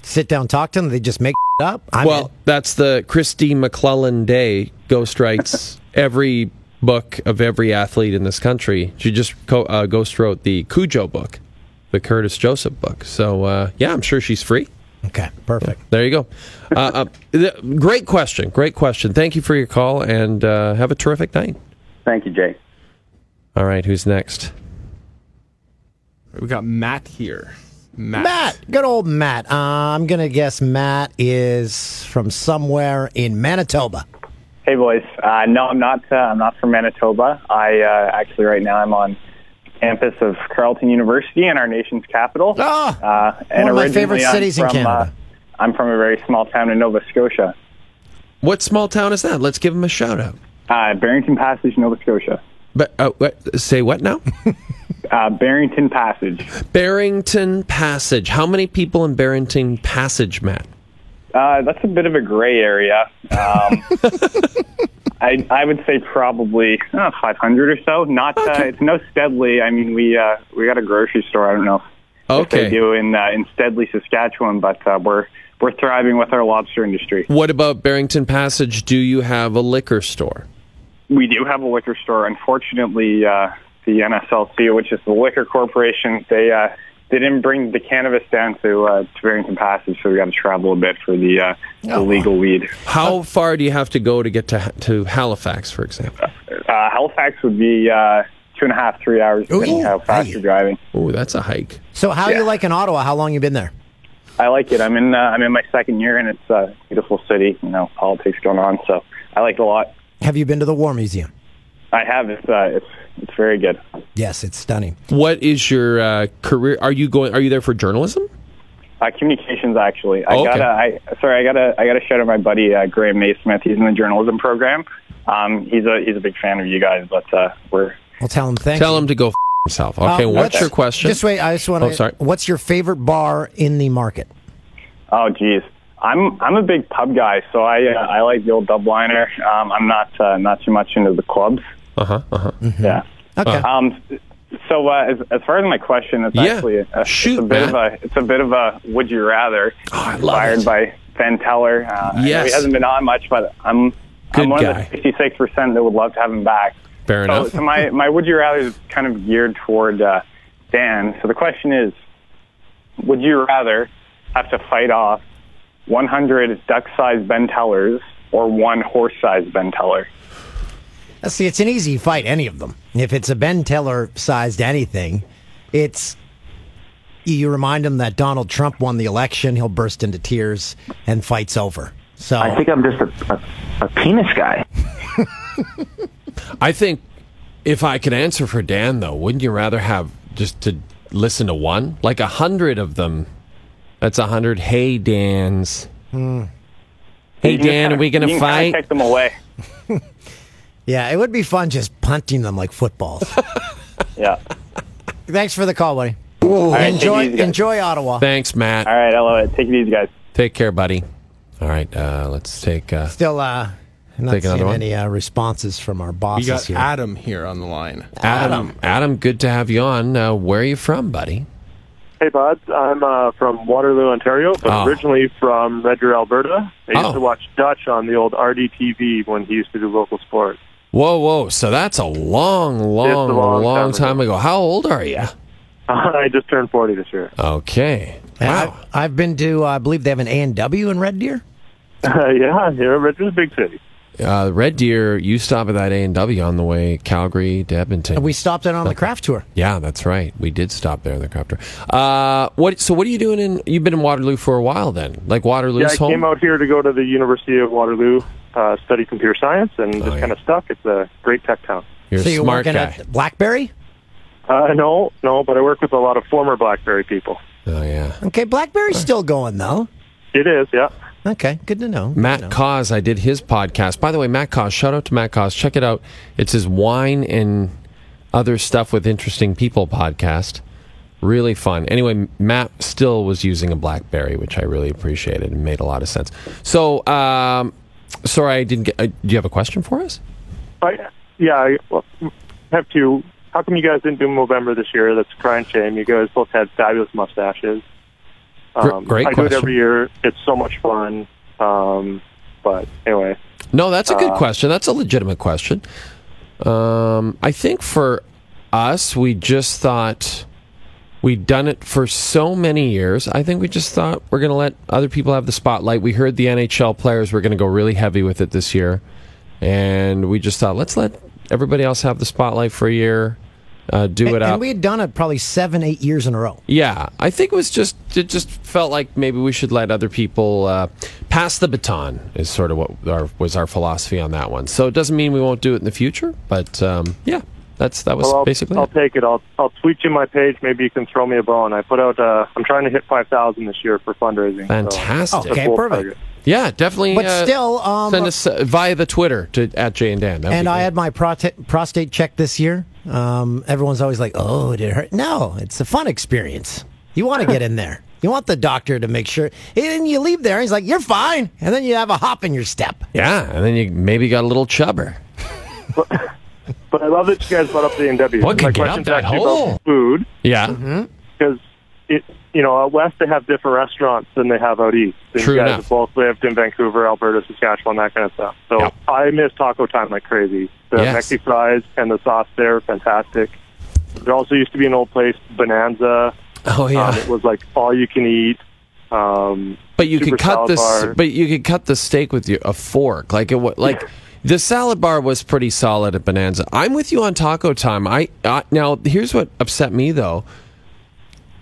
Speaker 2: sit down and talk to them, they just make up. I'm
Speaker 4: well, that's the Christy McClellan Day ghostwrites every book of every athlete in this country. She just co- uh, ghostwrote the Cujo book. the Curtis Joseph book. So uh, yeah, I'm sure she's free.
Speaker 2: Okay, perfect.
Speaker 4: There you go. Uh, uh, th- great question. Great question. Thank you for your call and uh, have a terrific night.
Speaker 10: Thank you, Jay.
Speaker 4: All right, who's next?
Speaker 8: We got Matt here. Matt.
Speaker 2: Matt, good old Matt. Uh, I'm gonna guess Matt is from somewhere in Manitoba.
Speaker 11: Hey boys, uh, no, I'm not. Uh, I'm not from Manitoba. I uh, actually right now I'm on campus of Carleton University in our nation's capital.
Speaker 2: Ah,
Speaker 11: uh,
Speaker 2: one
Speaker 11: and
Speaker 2: of my
Speaker 11: originally
Speaker 2: favorite
Speaker 11: I'm
Speaker 2: cities in
Speaker 11: from,
Speaker 2: Canada.
Speaker 11: Uh, I'm from a very small town in Nova Scotia,
Speaker 4: What small town is that? Let's give him a shout out.
Speaker 11: uh, Barrington Passage, Nova Scotia.
Speaker 4: But uh, what, say what now?
Speaker 11: Uh, Barrington Passage.
Speaker 4: Barrington Passage. How many people in Barrington Passage, Matt?
Speaker 11: Uh, that's a bit of a gray area. Um, I, I would say probably uh, 500 or so. Not uh, it's no Steadley. I mean, we uh, we got a grocery store. I don't know if they
Speaker 4: Okay.
Speaker 11: do in uh, in Steadley, Saskatchewan, but uh, we're we're thriving with our lobster industry.
Speaker 4: What about Barrington Passage? Do you have a liquor store?
Speaker 11: We do have a liquor store. Unfortunately, uh, the NSLC, which is the liquor corporation, they uh, they didn't bring the cannabis down to uh, to Barrington Passage, so we got to travel a bit for the, uh, the legal weed.
Speaker 2: Uh,
Speaker 4: How far do you have to go to get to to Halifax, for example?
Speaker 11: Uh, Halifax would be uh, two and a half, three hours, depending
Speaker 2: Ooh.
Speaker 11: how fast
Speaker 2: Hey.
Speaker 11: you're driving.
Speaker 4: Oh, that's a hike.
Speaker 2: So, how you
Speaker 11: Yeah.
Speaker 2: like in Ottawa? How long you been there?
Speaker 11: I like it. I'm in. Uh, I'm in my second year, and it's a beautiful city. You know, politics going on, so I like it a lot.
Speaker 2: Have you been to the War Museum?
Speaker 11: I have. It's uh, it's it's very good.
Speaker 2: Yes, it's stunning.
Speaker 4: What is your uh, career? Are you going? Are you there for journalism?
Speaker 11: Uh, communications, actually. I
Speaker 4: Oh, okay.
Speaker 11: gotta. I sorry. I gotta. I gotta shout out my buddy uh, Graham Naismith. He's in the journalism program. Um, he's a he's a big fan of you guys, but uh, we're
Speaker 2: I'll tell him. Thank
Speaker 4: Tell
Speaker 2: you.
Speaker 4: him to go f- himself. Okay.
Speaker 2: Uh,
Speaker 4: what's your question?
Speaker 2: Just wait. I just want to.
Speaker 4: Oh, sorry.
Speaker 2: What's your favorite bar in the market?
Speaker 11: Oh, geez. I'm I'm a big pub guy, so I uh, I like the old Dubliner. Um, I'm not uh, not too much into the clubs.
Speaker 4: Uh huh. Uh huh.
Speaker 2: Mm-hmm.
Speaker 11: Yeah.
Speaker 2: Okay.
Speaker 11: Um. So uh, as as far as my question, it's
Speaker 4: Yeah.
Speaker 11: actually a, it's
Speaker 4: Shoot,
Speaker 11: a bit
Speaker 4: Matt.
Speaker 11: of a it's a bit of a would you rather
Speaker 4: I love
Speaker 11: inspired
Speaker 4: it.
Speaker 11: by Van Teller. Uh, I know
Speaker 4: Yes.
Speaker 11: He hasn't been on much, but I'm
Speaker 4: Good
Speaker 11: I'm one
Speaker 4: guy.
Speaker 11: of the 66 percent that would love to have him back.
Speaker 4: Fair
Speaker 11: so,
Speaker 4: enough.
Speaker 11: So my my would you rather is kind of geared toward uh, Dan. So the question is, would you rather have to fight off 100 duck-sized Ben Tellers or one horse-sized Ben Teller?
Speaker 2: Uh, See, it's an easy fight, any of them. If it's a Ben Teller sized anything, it's. You remind him that Donald Trump won the election, he'll burst into tears and fight's over. So,
Speaker 10: I think I'm just a, a, a penis guy.
Speaker 4: I think if I could answer for Dan though, wouldn't you rather have just to listen to one, like a hundred of them? That's a hundred. Hey, Dan's.
Speaker 12: Hmm.
Speaker 4: Hey,
Speaker 11: You can
Speaker 4: Dan,
Speaker 11: kinda-
Speaker 4: are we
Speaker 11: you
Speaker 4: gonna
Speaker 11: can kinda
Speaker 4: fight?
Speaker 11: Kick them away.
Speaker 2: yeah, it would be fun just punting them like footballs.
Speaker 11: Yeah.
Speaker 2: Thanks for the call, buddy.
Speaker 11: right,
Speaker 2: enjoy,
Speaker 11: take it easy, guys.
Speaker 2: enjoy Ottawa.
Speaker 4: Thanks, Matt.
Speaker 11: All right, I love it. Take it easy, guys.
Speaker 4: Take care, buddy. All right, uh, let's take. Uh,
Speaker 2: Still, uh, I'm not
Speaker 4: Take another
Speaker 2: seeing
Speaker 4: one.
Speaker 2: any uh, responses from our
Speaker 8: We
Speaker 2: bosses
Speaker 8: got
Speaker 2: here.
Speaker 8: Adam here on the line.
Speaker 4: Adam. Adam, good to have you on. Uh, where are you from, buddy?
Speaker 13: Hey, Bud. I'm uh, from Waterloo, Ontario, but
Speaker 4: Oh.
Speaker 13: originally from Red Deer, Alberta. I used
Speaker 4: Oh.
Speaker 13: to watch Dutch on the old RDTV when he used to do local sports.
Speaker 4: Whoa, whoa. So that's a long, long, long,
Speaker 13: long
Speaker 4: time,
Speaker 13: time
Speaker 4: ago. How old are you?
Speaker 13: I just turned 40 this year.
Speaker 4: Oh. Okay.
Speaker 2: And
Speaker 4: Wow.
Speaker 2: I've, I've been to, uh, I believe they have an A&W in Red Deer.
Speaker 13: yeah, here, Red Deer's a big city.
Speaker 4: Uh, Red Deer, you stop at that A and W on the way Calgary to Edmonton.
Speaker 2: And we stopped in on the craft tour.
Speaker 4: yeah, that's right. We did stop there in the copter. Uh, what? So what are you doing in? You've been in Waterloo for a while then, like Waterloo's
Speaker 13: yeah, I
Speaker 4: home.
Speaker 13: came out here to go to the University of Waterloo, uh, study computer science, and just
Speaker 4: Oh, yeah.
Speaker 13: kind of stuck. It's a great tech town.
Speaker 4: You're
Speaker 2: so
Speaker 4: a
Speaker 2: you're
Speaker 4: smart
Speaker 2: working
Speaker 4: guy.
Speaker 2: at BlackBerry?
Speaker 13: Uh, no, no, but I work with a lot of former BlackBerry people.
Speaker 4: Oh yeah.
Speaker 2: Okay, BlackBerry's still going, though.
Speaker 13: It is, yeah.
Speaker 2: Okay, good to know.
Speaker 4: Matt Cause, I did his podcast. By the way, Matt Cause, shout out to Matt Cause. Check it out. It's his wine and other stuff with interesting people podcast. Really fun. Anyway, Matt still was using a BlackBerry, which I really appreciated and made a lot of sense. So, um, sorry, I didn't get. Uh, do you have a question for us?
Speaker 13: I, yeah, I well, have to. How come you guys didn't do Movember this year? That's a crying shame. You guys both had fabulous mustaches. Um,
Speaker 4: Gr- great
Speaker 13: I do
Speaker 4: question.
Speaker 13: it every year. It's so much fun. Um, but anyway, Uh,
Speaker 4: No, that's a good
Speaker 2: Uh,
Speaker 4: question. That's a legitimate question. Um, I think for us, we just thought We've done it for so many years. I think we just thought we're going to let other people have the spotlight. We heard the NHL players were going to go really heavy with it this year. And we just thought, let's let everybody else have the spotlight for a year, uh, do
Speaker 2: and,
Speaker 4: it up.
Speaker 2: And we had done it probably seven, eight years in a row.
Speaker 4: Yeah, I think it was just it just felt like maybe we should let other people uh, pass the baton is sort of what our, was our philosophy on that one. So it doesn't mean we won't do it in the future, but um, yeah, that's that was
Speaker 13: Well, I'll,
Speaker 4: basically.
Speaker 13: I'll
Speaker 4: it.
Speaker 13: take it. I'll I'll tweet you my page. Maybe you can throw me a bone. I put out. Uh, I'm trying to hit five thousand this year for fundraising.
Speaker 4: Fantastic.
Speaker 13: So. It's a
Speaker 2: Okay,
Speaker 13: cool
Speaker 2: perfect.
Speaker 13: target.
Speaker 4: Yeah, definitely.
Speaker 2: But
Speaker 4: uh,
Speaker 2: still, um,
Speaker 4: send us uh, via the Twitter to at Jay and Dan. That would
Speaker 2: and
Speaker 4: be
Speaker 2: I
Speaker 4: great.
Speaker 2: had my prot- prostate checked this year. Um, everyone's always like, "Oh, did it hurt?" No, it's a fun experience. You want to get in there. You want the doctor to make sure, and you leave there. And he's like, "You're fine," and then you have a hop in your step.
Speaker 4: yeah, and then you maybe got a little chubber.
Speaker 13: But I love that you guys brought up the NW.
Speaker 4: What
Speaker 13: my
Speaker 4: could get up
Speaker 13: question's
Speaker 4: that
Speaker 13: actually
Speaker 4: hole?
Speaker 13: about food
Speaker 4: Yeah,
Speaker 13: because it. You know, out west they have different restaurants than they have out east. And
Speaker 4: True
Speaker 13: you guys
Speaker 4: enough.
Speaker 13: have both lived in Vancouver, Alberta, Saskatchewan, that kind of stuff. So
Speaker 4: Yep.
Speaker 13: I miss taco time like crazy. The
Speaker 4: Yes.
Speaker 13: Mexi fries and the sauce there, are fantastic. There also used to be an old place, Bonanza.
Speaker 4: Oh yeah.
Speaker 13: Um, it was like all you can eat. Um,
Speaker 4: But you
Speaker 13: super
Speaker 4: could cut
Speaker 13: salad
Speaker 4: this.
Speaker 13: bar.
Speaker 4: But you could cut the steak with your, a fork. Like it. wa- Like the salad bar was pretty solid at Bonanza. I'm with you on Taco Time. I uh, now here's what upset me though.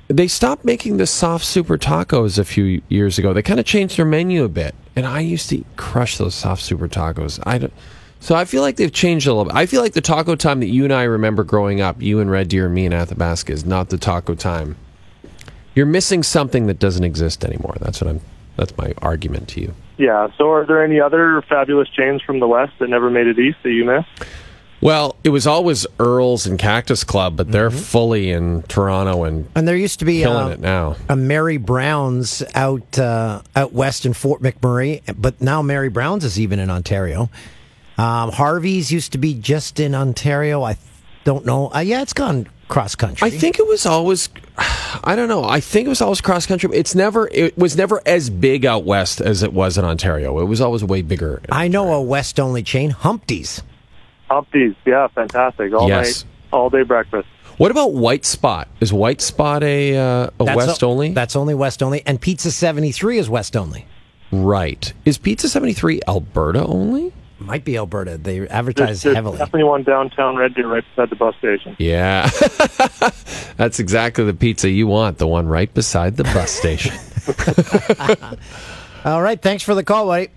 Speaker 4: They stopped making the soft super tacos a few years ago. They kind of changed their menu a bit, and I used to crush those soft super tacos. I don't. So I feel like they've changed a little bit. I feel like the taco time that you and I remember growing up, you and Red Deer and me in Athabasca, is not the taco time you're missing something that doesn't exist anymore. That's what I'm. That's my argument to you.
Speaker 13: yeah. So, are there any other fabulous chains from the west that never made it east that you miss?
Speaker 4: Well, it was always Earls and Cactus Club, but they're fully in Toronto Mm-hmm. and
Speaker 2: And there used to be
Speaker 4: killing
Speaker 2: uh,
Speaker 4: it now.
Speaker 2: a Mary Brown's out uh, out west in Fort McMurray, but now Mary Brown's is even in Ontario. Um, Harvey's used to be just in Ontario. I th- don't know. Uh, yeah, it's gone cross country.
Speaker 4: I think it was always. I don't know. I think it was always cross country. It's never. It was never as big out west as it was in Ontario. It was always way bigger.
Speaker 2: I know a west only chain, Humpty's.
Speaker 13: Humpties, yeah, fantastic. All
Speaker 4: Yes.
Speaker 13: night, all day breakfast.
Speaker 4: What about White Spot? Is White Spot a, uh, a
Speaker 2: That's
Speaker 4: west
Speaker 2: o-
Speaker 4: only?
Speaker 2: That's only west only, and Pizza Seventy Three is west only.
Speaker 4: right. Is Pizza Seventy Three Alberta only?
Speaker 2: Might be Alberta. They
Speaker 13: There's,
Speaker 2: advertise
Speaker 13: there's
Speaker 2: heavily.
Speaker 13: definitely one downtown Red Deer right beside the bus station.
Speaker 4: Yeah. That's exactly the pizza you want, the one right beside the bus station.
Speaker 2: All right, thanks for the call, buddy.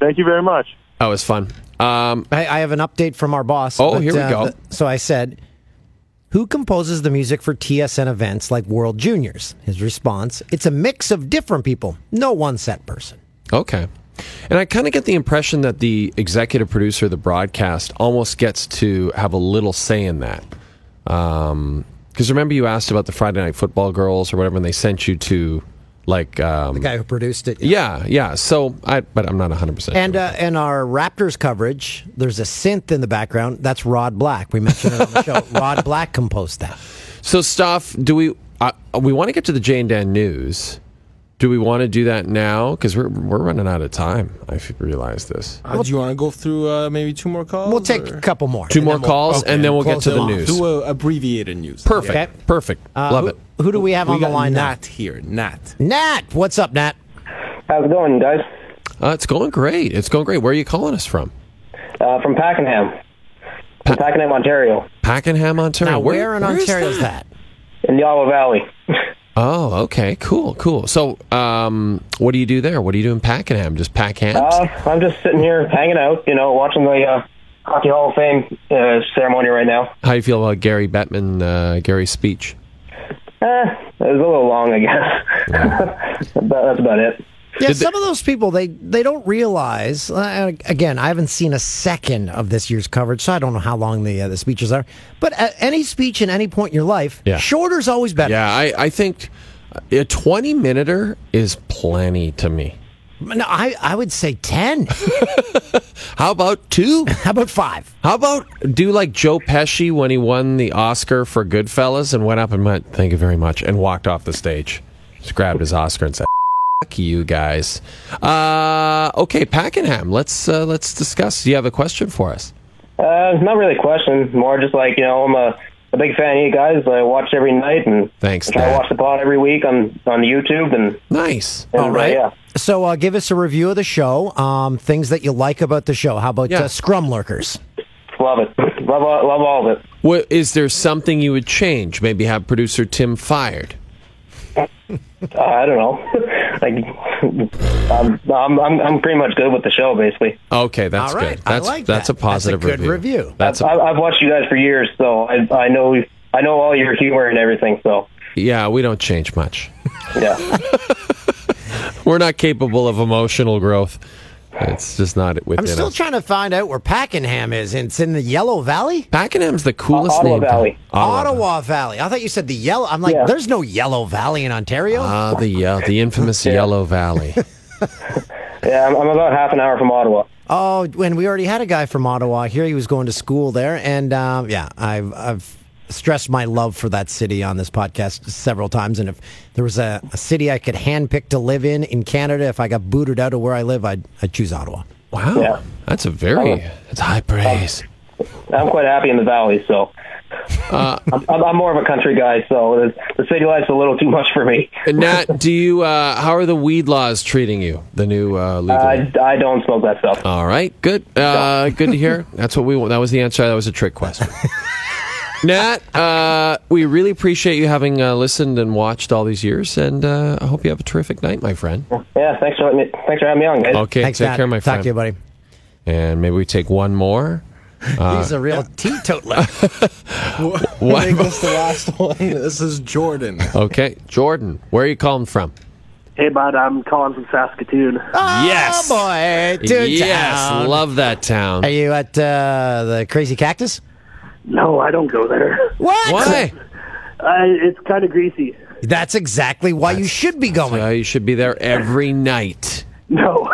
Speaker 13: Thank you very much.
Speaker 4: that was fun. Um,
Speaker 2: I, I have an update from our boss.
Speaker 4: Oh, here we go.
Speaker 2: th- so I said, Who composes the music for TSN events like World Juniors? His response, It's a mix of different people, no one set person.
Speaker 4: okay. And I kind of get the impression that the executive producer of the broadcast almost gets to have a little say in that. Because remember, you asked about the Friday Night Football girls or whatever, and they sent you to like. Um,
Speaker 2: The guy who produced it.
Speaker 4: yeah, yeah. So I, but I'm not 100%.
Speaker 2: And
Speaker 4: sure.
Speaker 2: uh, in our Raptors coverage, there's a synth in the background. That's Rod Black. We mentioned it on the show. Rod Black composed that.
Speaker 4: So, stuff. Do we uh, we want to get to the Jane Dan news? Do we want to do that now? Because we're we're running out of time. I f- realize this.
Speaker 8: Uh, do you want to go through uh, maybe two more calls?
Speaker 2: We'll take
Speaker 8: or-
Speaker 2: a couple more.
Speaker 4: Two
Speaker 2: and
Speaker 4: more
Speaker 2: then we'll-
Speaker 4: calls, and then we'll get
Speaker 2: close
Speaker 4: to
Speaker 2: it
Speaker 4: the
Speaker 2: off.
Speaker 4: news.
Speaker 8: Do a abbreviated news.
Speaker 4: Perfect.
Speaker 2: Okay.
Speaker 4: Perfect.
Speaker 2: Uh,
Speaker 4: Love
Speaker 2: who,
Speaker 4: it.
Speaker 2: Who do we have
Speaker 8: We
Speaker 2: on the
Speaker 8: got
Speaker 2: line now?
Speaker 8: Nat here. Nat.
Speaker 2: Nat, what's up, Nat?
Speaker 14: How's it going, guys?
Speaker 4: Uh, it's going great. It's going great. Where are you calling us from?
Speaker 14: Uh, from Pakenham, from Pakenham, Ontario,
Speaker 4: Pakenham, Ontario.
Speaker 2: Now, where, in
Speaker 4: is
Speaker 2: Ontario is that?
Speaker 14: in the Ottawa Valley.
Speaker 4: Oh, okay. Cool. Cool. So, um, what do you do there? What do you do in Pakenham? Just pack hams?
Speaker 14: Uh, I'm just sitting here hanging out, you know, watching the uh, Hockey Hall of Fame uh, ceremony right now.
Speaker 4: How do you feel about Gary Bettman, uh, Gary's speech?
Speaker 14: Eh, it was a little long, I guess. but that's about it.
Speaker 2: Yeah,
Speaker 4: Did they-
Speaker 2: some of those people they they don't realize. Uh, again, I haven't seen a second of this year's coverage, so I don't know how long the uh, the speeches are. But at any speech in any point in your life,
Speaker 4: Yeah.
Speaker 2: shorter's always better.
Speaker 4: Yeah, I, I think a 20 minuter is plenty to me.
Speaker 2: No, I I would say ten.
Speaker 4: How about two?
Speaker 2: how about five?
Speaker 4: How about do like Joe Pesci when he won the Oscar for Goodfellas and went up and went, "Thank you very much," and walked off the stage, just grabbed his Oscar and said, "Fuck you guys." Uh, okay, Pakenham, let's uh, let's discuss. Do you have a question for us?
Speaker 14: Uh, not really a question, more just like, you know, I'm a, a big fan of you guys. I watch every night and
Speaker 4: Thanks,
Speaker 14: I try to
Speaker 4: Dad.
Speaker 14: watch the pod every week on on YouTube and uh,
Speaker 4: nice.
Speaker 2: All right.
Speaker 14: yeah.
Speaker 2: So uh, give us a review of the show. Um, things that you like about the show. How about uh, Scrum Lurkers?
Speaker 14: Love it. Love all, love all of it.
Speaker 4: What is there something you would change? Maybe have producer Tim fired.
Speaker 14: Uh, I don't know. like, um, I'm, I'm I'm pretty much good with the show basically.
Speaker 4: Okay, that's
Speaker 14: All right,
Speaker 4: good.
Speaker 14: I
Speaker 4: That's
Speaker 14: like
Speaker 4: that's
Speaker 14: that.
Speaker 4: a positive
Speaker 14: That's a good
Speaker 2: review.
Speaker 4: That's
Speaker 14: I've, I've watched you guys for years, so I I know I know all your humor and everything. So
Speaker 4: yeah. We don't change much.
Speaker 14: yeah,
Speaker 4: We're not capable of emotional growth. It's just not
Speaker 2: I'm
Speaker 4: within
Speaker 2: still
Speaker 4: us.
Speaker 2: trying to find out where Pakenham is. and It's in the Yellow Valley.
Speaker 4: Pakenham's the coolest
Speaker 2: Ottawa
Speaker 4: name.
Speaker 2: Valley.
Speaker 4: Ottawa.
Speaker 2: Ottawa, Valley. I thought you said the Yellow. I'm like, there's no Yellow Valley in Ontario.
Speaker 4: Ah, the yeah, the infamous Yellow Valley.
Speaker 14: yeah. I'm, I'm about half an hour from Ottawa.
Speaker 2: Oh, when we already had a guy from Ottawa here, he was going to school there, and um, yeah, I've I've stressed my love for that city on this podcast several times. And if there was a, a city I could handpick to live in in Canada, if I got booted out of where I live, I'd I'd choose Ottawa.
Speaker 4: Wow,
Speaker 14: Yeah.
Speaker 4: that's a Oh, very that's high praise.
Speaker 14: I'm quite happy in the valley, so.
Speaker 4: Uh,
Speaker 14: I'm, I'm I'm more of a country guy, so the, the city life's a little too much for me.
Speaker 4: Nat, do you? Uh, how are the weed laws treating you? The new uh, legal.
Speaker 14: I, I don't smoke that stuff.
Speaker 4: All right, good. Uh, good to hear. That's what we want. That was the answer. That was a trick question. Nat, uh, we really appreciate you having uh, listened and watched all these years, and uh, I hope you have a terrific night, my friend.
Speaker 14: Yeah, thanks for letting me, thanks for having me on, guys.
Speaker 4: Okay, take care, my friend.
Speaker 2: buddy.
Speaker 4: And maybe we take one more. Uh,
Speaker 2: He's a real teetotaler.
Speaker 4: What?
Speaker 8: I think this is the last one. This is Jordan.
Speaker 4: okay, Jordan, where are you calling from?
Speaker 15: Hey, bud, I'm calling from Saskatoon.
Speaker 4: yes,
Speaker 2: boy, to
Speaker 4: yes,
Speaker 2: town.
Speaker 4: love that town.
Speaker 2: Are you at uh, the Crazy Cactus?
Speaker 15: No, I don't go there.
Speaker 2: What?
Speaker 4: Why?
Speaker 15: I, Uh, it's kind of greasy.
Speaker 2: That's exactly why you should be going.
Speaker 4: you should be there every night.
Speaker 15: No,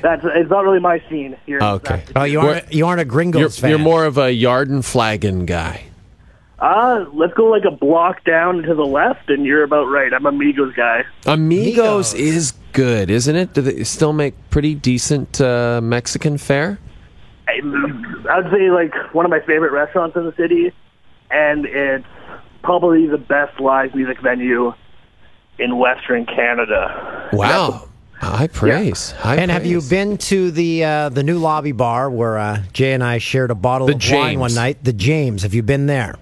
Speaker 15: that's it's not really my scene here.
Speaker 4: Okay.
Speaker 2: Oh, you aren't. you aren't a Gringos
Speaker 4: you're,
Speaker 2: fan.
Speaker 4: You're more of a Yarden Flagon guy.
Speaker 15: Uh, let's go like a block down to the left, and you're about right. I'm a Migos guy.
Speaker 4: Amigos, is good, isn't it? Do they still make pretty decent uh, Mexican fare?
Speaker 15: I, I'd say like one of my favorite restaurants in the city, and it's probably the best live music venue in Western Canada.
Speaker 4: Wow. High praise. High
Speaker 2: and have you been to the uh, the new lobby bar where uh, Jay and I shared a bottle
Speaker 4: The
Speaker 2: of wine one
Speaker 4: James.
Speaker 2: night? The James. Have you been there?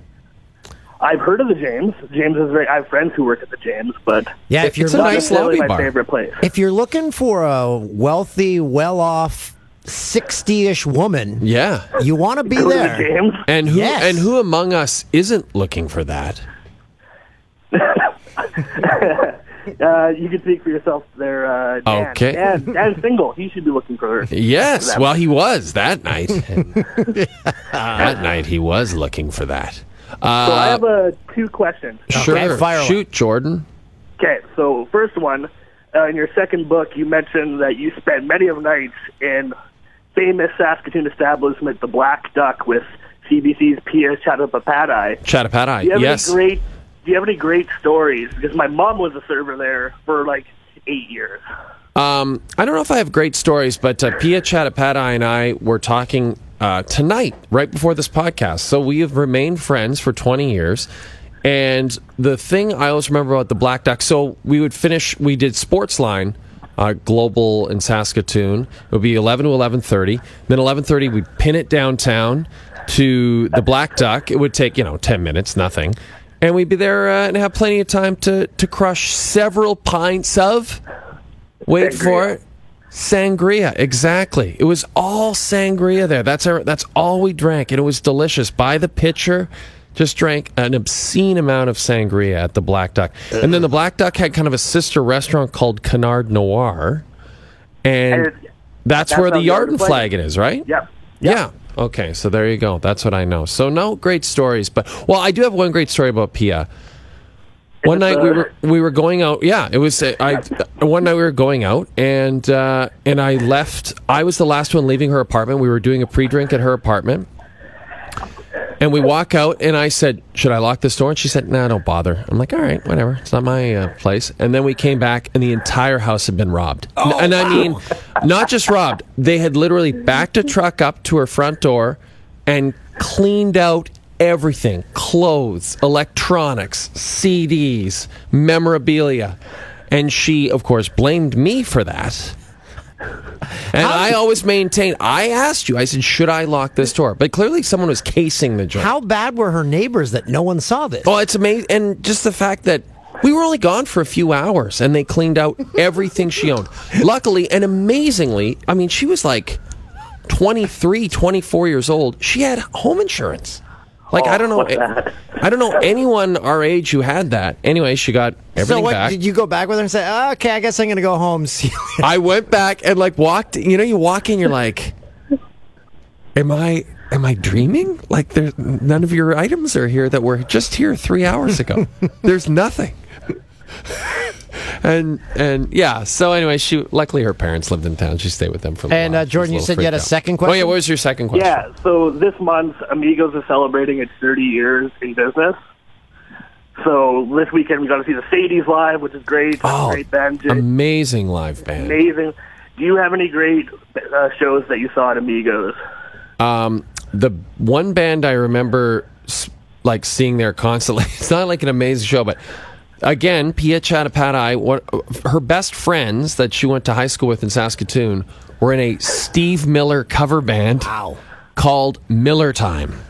Speaker 15: I've heard of the James. James is very. I have friends who work at the James, but
Speaker 2: Yeah, if you're
Speaker 15: not necessarily my favorite place.
Speaker 2: If you're looking for a wealthy, well-off, sixty-ish woman,
Speaker 4: yeah,
Speaker 2: you want to be there.
Speaker 4: And who
Speaker 2: Yes.
Speaker 4: and who among us isn't looking for that?
Speaker 15: Uh, you can speak for yourself there, uh, Dan.
Speaker 4: Okay.
Speaker 15: Dan, Dan's single. He should be looking for her.
Speaker 4: Yes.
Speaker 15: That-
Speaker 4: Well, he was that night. that night he was looking for that. Uh,
Speaker 15: so I have uh, two questions.
Speaker 4: sure. Shoot, Jordan.
Speaker 15: Okay, so first one, uh, in your second book, you mentioned that you spent many of nights in famous Saskatoon establishment, the Black Duck, with CBC's Pierre Chattopadhyay. Do
Speaker 4: Chattapatai.
Speaker 15: you have
Speaker 4: Yes.
Speaker 15: any great? Do you have any great stories? Because my mom was a server there for like eight years.
Speaker 4: Um, I don't know if I have great stories, but uh, Pia Chattopadhyay and I were talking uh, tonight, right before this podcast. So we have remained friends for 20 years. And the thing I always remember about the Black Duck, so we would finish, we did Sportsline, uh, Global in Saskatoon. It would be 11 to 11.30. Then 11.30, we'd pin it downtown to the Black Duck. It would take, you know, 10 minutes, nothing. And we'd be there uh, and have plenty of time to, to crush several pints of... Wait for it. Sangria, exactly. It was all sangria there. That's our, that's all we drank, and it was delicious. By the pitcher, just drank an obscene amount of sangria at the Black Duck, and then the Black Duck had kind of a sister restaurant called Canard Noir, and,
Speaker 15: And it-
Speaker 4: that's,
Speaker 15: that's
Speaker 4: where the
Speaker 15: on the other
Speaker 4: Yarden
Speaker 15: place.
Speaker 4: Flagon is, right?
Speaker 15: Yep.
Speaker 4: Yeah. Okay, so there you go. That's what I know. So no great stories, but well, I do have one great story about Pia. One night we were we were going out. Yeah, it was. uh, I one night we were going out, and uh, and I left. I was the last one leaving her apartment. We were doing a pre drink at her apartment, and we walk out. And I said, "Should I lock this door?" And she said, "No, nah, don't bother." I'm like, "All right, whatever. It's not my uh, place." And then we came back, and the entire house had been robbed. N- and I mean, not just robbed. They had literally backed a truck up to her front door and cleaned out everything clothes, electronics, CDs, memorabilia. And she, of course, blamed me for that. And I always maintain, I asked you, I said, should I lock this door? But clearly someone was casing the joint.
Speaker 2: How bad were her neighbors that no one saw this?
Speaker 4: Oh, it's amazing. And just the fact that we were only gone for a few hours and they cleaned out everything she owned. Luckily and amazingly, I mean, she was like 23, 24 years old. She had home insurance. Like I don't know, I don't know anyone our age who had that. Anyway, she got everything
Speaker 2: so what,
Speaker 4: back.
Speaker 2: did you go back with her and say, "Oh, okay, I guess I'm going to go home. See you later."
Speaker 4: I went back and like walked. You know, you walk in, you're like, "Am I? Am I dreaming? Like, there's none of your items are here that were just here three hours ago. there's nothing." and and yeah. So anyway, she luckily her parents lived in town. She stayed with them for. a little
Speaker 2: And,
Speaker 4: while.
Speaker 2: uh,
Speaker 4: She
Speaker 2: Jordan,
Speaker 4: was
Speaker 2: you said you
Speaker 4: little
Speaker 2: had a
Speaker 4: freaked out.
Speaker 2: second
Speaker 4: Oh yeah,
Speaker 2: question?
Speaker 4: what was your second question?
Speaker 15: Yeah, so this month, Amigos is celebrating its 30 years in business. So this weekend, we got to see the Sadies live, which is great.
Speaker 4: Oh,
Speaker 15: great band, Jay.
Speaker 4: Amazing live band.
Speaker 15: amazing. Do you have any great uh, shows that you saw at Amigos?
Speaker 4: Um, the one band I remember s- like seeing there constantly. It's not like an amazing show, but again, Pia Chattopadhyay, one, her best friends that she went to high school with in Saskatoon, were in a Steve Miller cover band called Miller Time.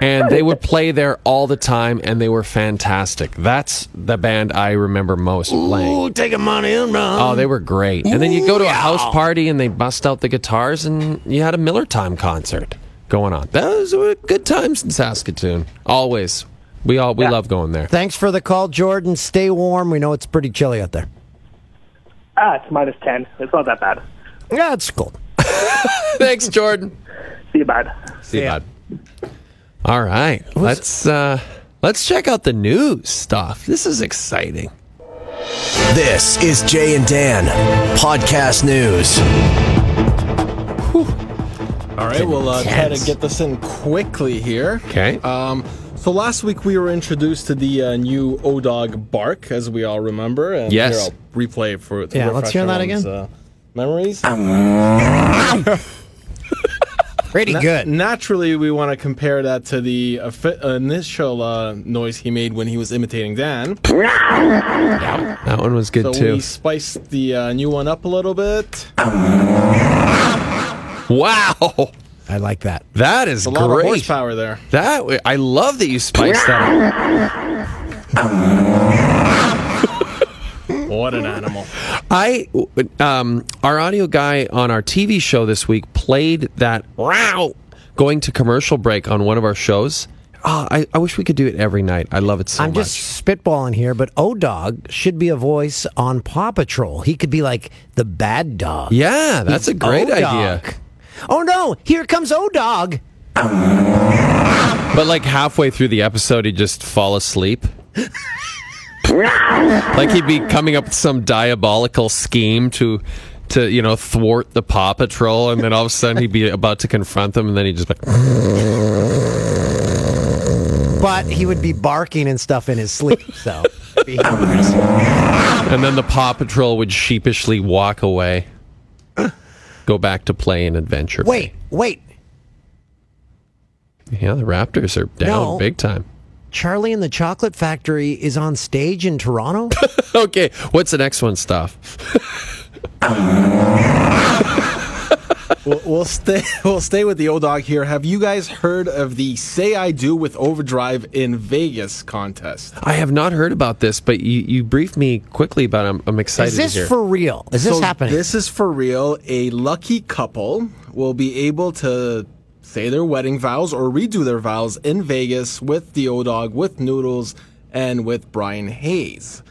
Speaker 4: And they would play there all the time, and they were fantastic. That's the band I remember most playing.
Speaker 2: Ooh, take a money and run.
Speaker 4: Oh, they were great. And then you go to a house party and they bust out the guitars and you had a Miller Time concert going on. Those were good times in Saskatoon. Always. We all we love going there.
Speaker 2: Thanks for the call, Jordan. Stay warm. We know it's pretty chilly out there.
Speaker 15: Ah, it's minus 10. It's not that bad.
Speaker 2: Yeah, it's cold.
Speaker 4: Thanks, Jordan.
Speaker 15: See you, bud.
Speaker 4: See ya. All right. Let's uh let's check out the news stuff. This is exciting.
Speaker 16: This is Jay and Dan podcast news.
Speaker 8: All right, we'll uh, try to
Speaker 16: Intense.
Speaker 8: get this in quickly here.
Speaker 4: Okay.
Speaker 8: Um, so last week we were introduced to the uh, new O-Dog bark, as we all remember. And
Speaker 4: Yes.
Speaker 8: Here, I'll replay it for to
Speaker 2: Yeah, let's
Speaker 8: refresh
Speaker 2: hear that
Speaker 8: everyone's,
Speaker 2: again.
Speaker 8: Uh, memories.
Speaker 2: Pretty good.
Speaker 8: Naturally, we want to compare that to the offi- initial uh, noise he made when he was imitating Dan. uh,
Speaker 4: That one was good
Speaker 8: so
Speaker 4: too.
Speaker 8: we spiced the uh, new one up a little bit.
Speaker 4: Wow.
Speaker 2: I like that.
Speaker 4: That is
Speaker 8: A lot of
Speaker 4: great.
Speaker 8: horsepower there.
Speaker 4: That w- I love that you spiced that. up.
Speaker 8: What an animal.
Speaker 4: I um our audio guy on our TV show this week played that wow going to commercial break on one of our shows. Ah, I, I wish we could do it every night. I love it so
Speaker 2: I'm
Speaker 4: much.
Speaker 2: just spitballing here, but O Dog should be a voice on Paw Patrol. He could be like the bad dog.
Speaker 4: yeah, that's a great idea.
Speaker 2: O-Dog. Oh no, here comes O Dog.
Speaker 4: But like halfway through the episode, he'd just fall asleep. like he'd be coming up with some diabolical scheme to, to you know, thwart the Paw Patrol, and then all of a sudden he'd be about to confront them, and then he'd just be like,
Speaker 2: But he would be barking and stuff in his sleep, so it'd be humorous.
Speaker 4: and then the Paw Patrol would sheepishly walk away, go back to play and adventure.
Speaker 2: Wait, wait.
Speaker 4: yeah, the Raptors are down
Speaker 2: No.
Speaker 4: big time.
Speaker 2: Charlie and the Chocolate Factory is on stage in Toronto?
Speaker 4: Okay, what's the next one, stuff?
Speaker 8: We'll, we'll stay. We'll stay with the old dog here. Have you guys heard of the "Say I Do" with Overdrive in Vegas contest?
Speaker 4: I have not heard about this, but you, you briefed me quickly about. it. I'm, I'm excited.
Speaker 2: is this
Speaker 4: to hear.
Speaker 2: for real? Is this
Speaker 8: So
Speaker 2: happening?
Speaker 8: This is for real. A lucky couple will be able to say their wedding vows or redo their vows in Vegas with the old dog, with Noodles, and with Brian Hayes.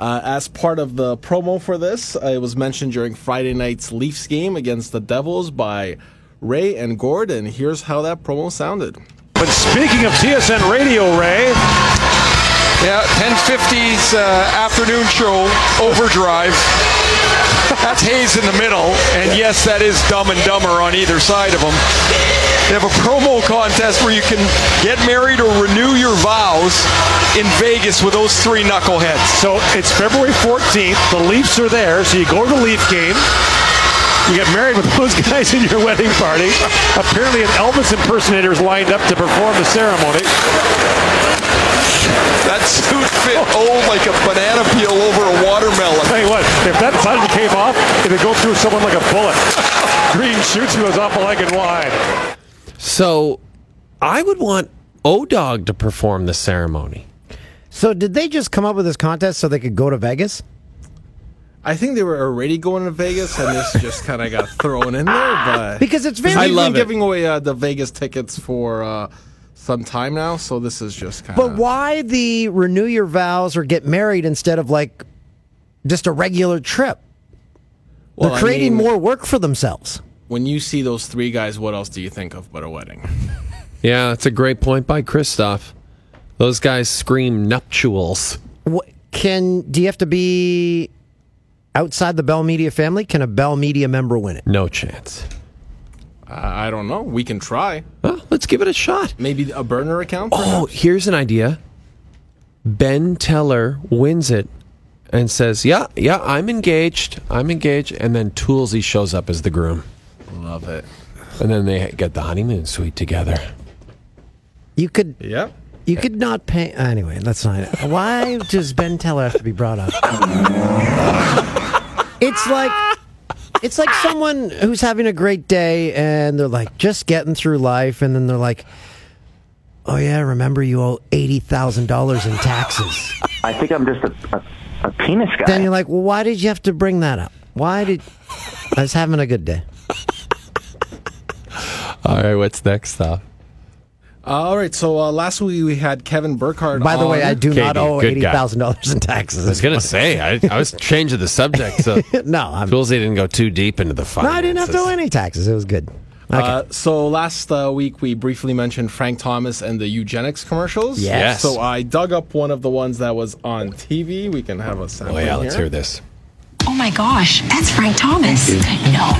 Speaker 8: Uh, as part of the promo for this, uh, it was mentioned during Friday night's Leafs game against the Devils by Ray and Gordon. Here's how that promo sounded.
Speaker 17: But speaking of TSN Radio, Ray,
Speaker 18: Yeah, 1050's uh, afternoon show, Overdrive. That's Hayes in the middle, and yes, that is Dumb and Dumber on either side of them. They have a promo contest where you can get married or renew your vows in Vegas with those three knuckleheads.
Speaker 17: so it's February 14th. The Leafs are there, so you go to the Leaf game.
Speaker 18: You get married with those guys in your wedding party. Apparently, an Elvis impersonator is lined up to perform the ceremony.
Speaker 19: That suit fit oh like a banana peel over a watermelon.
Speaker 18: Tell you what, if that button came off, it would go through someone like a bullet. Green shoots goes off a leg and wide.
Speaker 4: So, I would want O Dog to perform the ceremony.
Speaker 2: So, did they just come up with this contest so they could go to Vegas?
Speaker 8: I think they were already going to Vegas, and this just kind of got thrown in there. But
Speaker 2: because it's very,
Speaker 8: I
Speaker 2: I've
Speaker 8: love been giving away uh, the Vegas tickets for uh, some time now, so this is just kind
Speaker 2: But why the renew your vows or get married instead of like just a regular trip?
Speaker 8: Well,
Speaker 2: They're
Speaker 8: I
Speaker 2: creating
Speaker 8: mean-
Speaker 2: more work for themselves.
Speaker 8: When you see those three guys, what else do you think of but a wedding?
Speaker 4: Yeah, that's a great point by Christoph. Those guys scream nuptials.
Speaker 2: What, can do you have to be outside the Bell Media family? Can a Bell Media member win it?
Speaker 4: No chance.
Speaker 8: Uh, I I don't know. We can try.
Speaker 4: Well, let's give it a shot.
Speaker 8: Maybe a burner account.
Speaker 4: Oh, here's an idea. Ben Teller wins it and says, "Yeah, yeah, I'm engaged. I'm engaged." And then Toolsy shows up as the groom,
Speaker 8: Love it.
Speaker 4: and then they get the honeymoon suite together.
Speaker 2: You could,
Speaker 8: Yep.
Speaker 2: you could not pay. Anyway, that's not it. Why does Ben Teller have to be brought up? it's like, it's like someone who's having a great day and they're like just getting through life, and then they're like, "Oh yeah, remember you owe eighty thousand dollars in taxes."
Speaker 14: I think I'm just a, a, a penis guy.
Speaker 2: Then you're like, well, why did you have to bring that up? Why did I was having a good day?
Speaker 4: All right, what's next, though?
Speaker 8: all right. So uh, last week we had Kevin Burkhardt.
Speaker 2: By the way,
Speaker 8: on.
Speaker 2: I do not
Speaker 4: Katie,
Speaker 2: owe
Speaker 4: good
Speaker 2: eighty
Speaker 4: guy.
Speaker 2: thousand dollars in
Speaker 4: I
Speaker 2: taxes.
Speaker 4: was gonna say I, I was changing the subject, so
Speaker 2: no, I'm,
Speaker 4: Toolsy didn't go too deep into the
Speaker 2: no,
Speaker 4: fun.
Speaker 2: I didn't have to owe any taxes. It was good. Okay.
Speaker 8: Uh, so last uh, week we briefly mentioned Frank Thomas and the eugenics commercials.
Speaker 4: Yes.
Speaker 8: So I dug up one of the ones that was on TV. We can have a sample
Speaker 4: Oh yeah,
Speaker 8: here.
Speaker 4: let's hear this.
Speaker 1: Oh my gosh, that's Frank Thomas. No.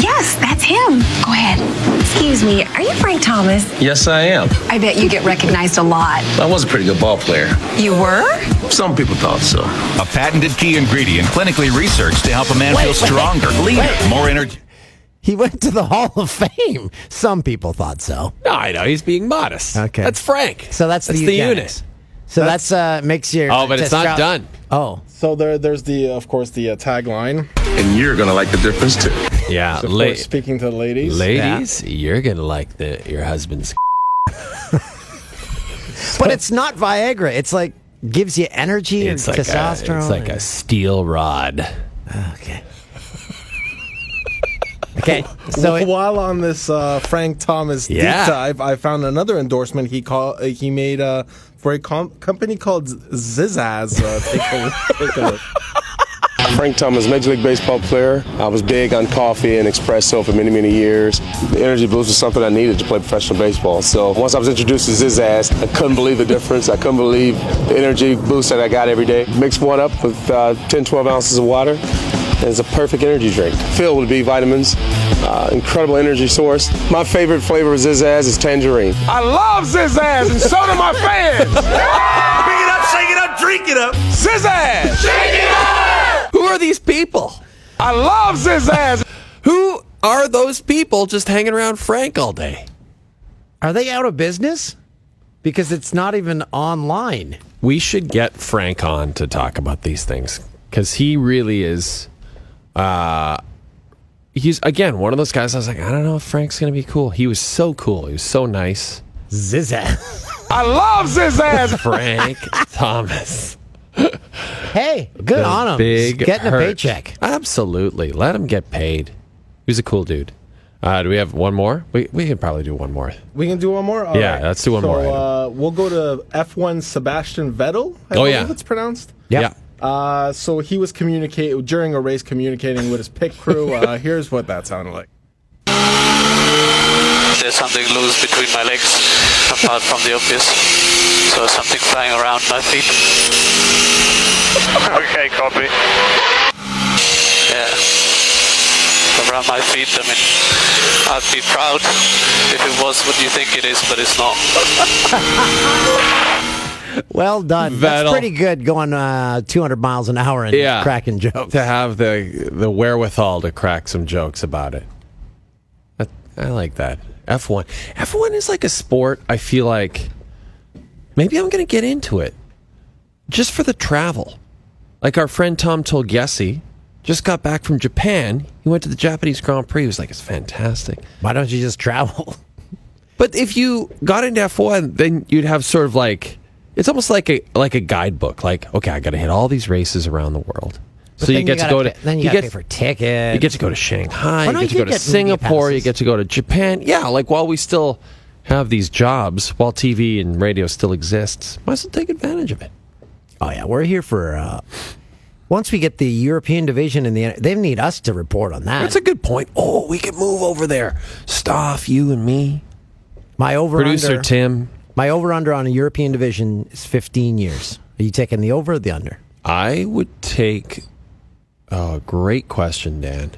Speaker 1: Yes, that's him. Go ahead. Excuse me, are you Frank Thomas?
Speaker 20: Yes, I am.
Speaker 1: I bet you get recognized a lot.
Speaker 20: I was a pretty good ball player.
Speaker 1: You were?
Speaker 20: Some people thought so.
Speaker 12: A patented key ingredient clinically researched to help a man feel stronger, leaner, more energetic.
Speaker 2: He went to the Hall of Fame. Some people thought so.
Speaker 4: No, I know he's being modest.
Speaker 2: Okay.
Speaker 4: that's Frank.
Speaker 2: So that's,
Speaker 4: That's
Speaker 2: the,
Speaker 4: the
Speaker 2: eugenics. So that's, uh makes your
Speaker 4: Oh, but it's not
Speaker 2: testo-
Speaker 4: done.
Speaker 2: Oh,
Speaker 8: So there, there's the, of course, the uh, tagline.
Speaker 20: And you're going to like the difference, too.
Speaker 4: Yeah,
Speaker 8: Of course,
Speaker 4: late.
Speaker 8: speaking to the ladies.
Speaker 4: Ladies, you're gonna like the your husband's.
Speaker 2: but it's not Viagra. It's like gives you energy
Speaker 4: It's
Speaker 2: and
Speaker 4: like a,
Speaker 2: testosterone.
Speaker 4: it's like a steel rod.
Speaker 2: okay. okay. So it-
Speaker 8: while on this uh, Frank Thomas
Speaker 4: Yeah.
Speaker 8: deep dive, I found another endorsement he call, uh, he made uh, for a com- company called Z- Zizaz. Uh, take a look- take a look.
Speaker 6: Frank Thomas, Major League Baseball player. I was big on coffee and espresso for many, many years. The energy boost was something I needed to play professional baseball. So once I was introduced to Zizaz, I couldn't believe the difference. I couldn't believe the energy boost that I got every day. Mix one up with uh, 10, 12 ounces of water. and It's a perfect energy drink filled with B vitamins, uh, incredible energy source. My favorite flavor of Zizaz is tangerine.
Speaker 19: I love Zizaz, and so do my fans.
Speaker 12: Pick it up, shake it up, drink it up.
Speaker 19: Zizaz.
Speaker 4: Who are these people?
Speaker 19: I love Zizaz.
Speaker 4: Who are those people just hanging around Frank all day?
Speaker 2: Are they out of business? Because it's not even online.
Speaker 4: We should get Frank on to talk about these things because he really is. Uh, he's again one of those guys. I was like, I don't know if Frank's gonna be cool. He was so cool. He was so nice.
Speaker 2: Zizza.
Speaker 19: I love Zizaz.
Speaker 4: Frank Thomas.
Speaker 2: hey, good
Speaker 4: The
Speaker 2: on him.
Speaker 4: Big
Speaker 2: getting
Speaker 4: hurt.
Speaker 2: a paycheck.
Speaker 4: Absolutely. Let him get paid. He was a cool dude. Uh, do we have one more? We we can probably do one more.
Speaker 8: we can do one more. All
Speaker 4: Yeah, let's do one
Speaker 8: So,
Speaker 4: more item.
Speaker 8: Uh, we'll go to F1 Sebastian Vettel.
Speaker 4: Oh,
Speaker 8: I believe
Speaker 4: yeah.
Speaker 8: it's pronounced.
Speaker 4: Yeah.
Speaker 8: Uh, so he was communicating during a race, communicating with his pit crew. Uh, here's what that sounded like.
Speaker 21: There's something loose between my legs, apart from the obvious. So something flying around my feet.
Speaker 22: Okay, copy.
Speaker 21: Yeah. Around my feet, I mean, I'd be proud if it was what you think it is, but it's not.
Speaker 2: Well done. That's
Speaker 4: Vettel.
Speaker 2: pretty good going uh, 200 miles an hour and
Speaker 4: yeah,
Speaker 2: cracking jokes.
Speaker 4: to have the the wherewithal to crack some jokes about it. That, I like that. F one, F one is like a sport. I feel like maybe I'm going to get into it just for the travel. Like our friend Tom Tolgesi just got back from Japan. He went to the Japanese Grand Prix. He was like, it's fantastic.
Speaker 2: Why don't you just travel?
Speaker 4: But if you got into F one, then you'd have sort of like it's almost like a like a guidebook. Like, okay, I got to hit all these races around the world.
Speaker 2: But
Speaker 4: so you
Speaker 2: then
Speaker 4: get to
Speaker 2: gotta
Speaker 4: go
Speaker 2: pay-
Speaker 4: to
Speaker 2: then you,
Speaker 4: you
Speaker 2: gotta
Speaker 4: get
Speaker 2: pay for tickets.
Speaker 4: you get to go to Shanghai.
Speaker 2: Oh,
Speaker 4: you
Speaker 2: no,
Speaker 4: get to
Speaker 2: you
Speaker 4: go
Speaker 2: did
Speaker 4: to
Speaker 2: get movie
Speaker 4: Singapore. You
Speaker 2: passes.
Speaker 4: get to go to Japan. Yeah, like while we still have these jobs, while TV and radio still exists, might as well take advantage of it.
Speaker 2: Oh yeah, we're here for. Uh, once we get the European division in the, they need us to report on that.
Speaker 4: That's a good point. Oh, we could move over there. Staff, you and me.
Speaker 2: My over
Speaker 4: Producer
Speaker 2: under,
Speaker 4: Tim.
Speaker 2: My over under on a European division is 15 years. Are you taking the over or the under?
Speaker 4: I would take. Oh, great question, Dan.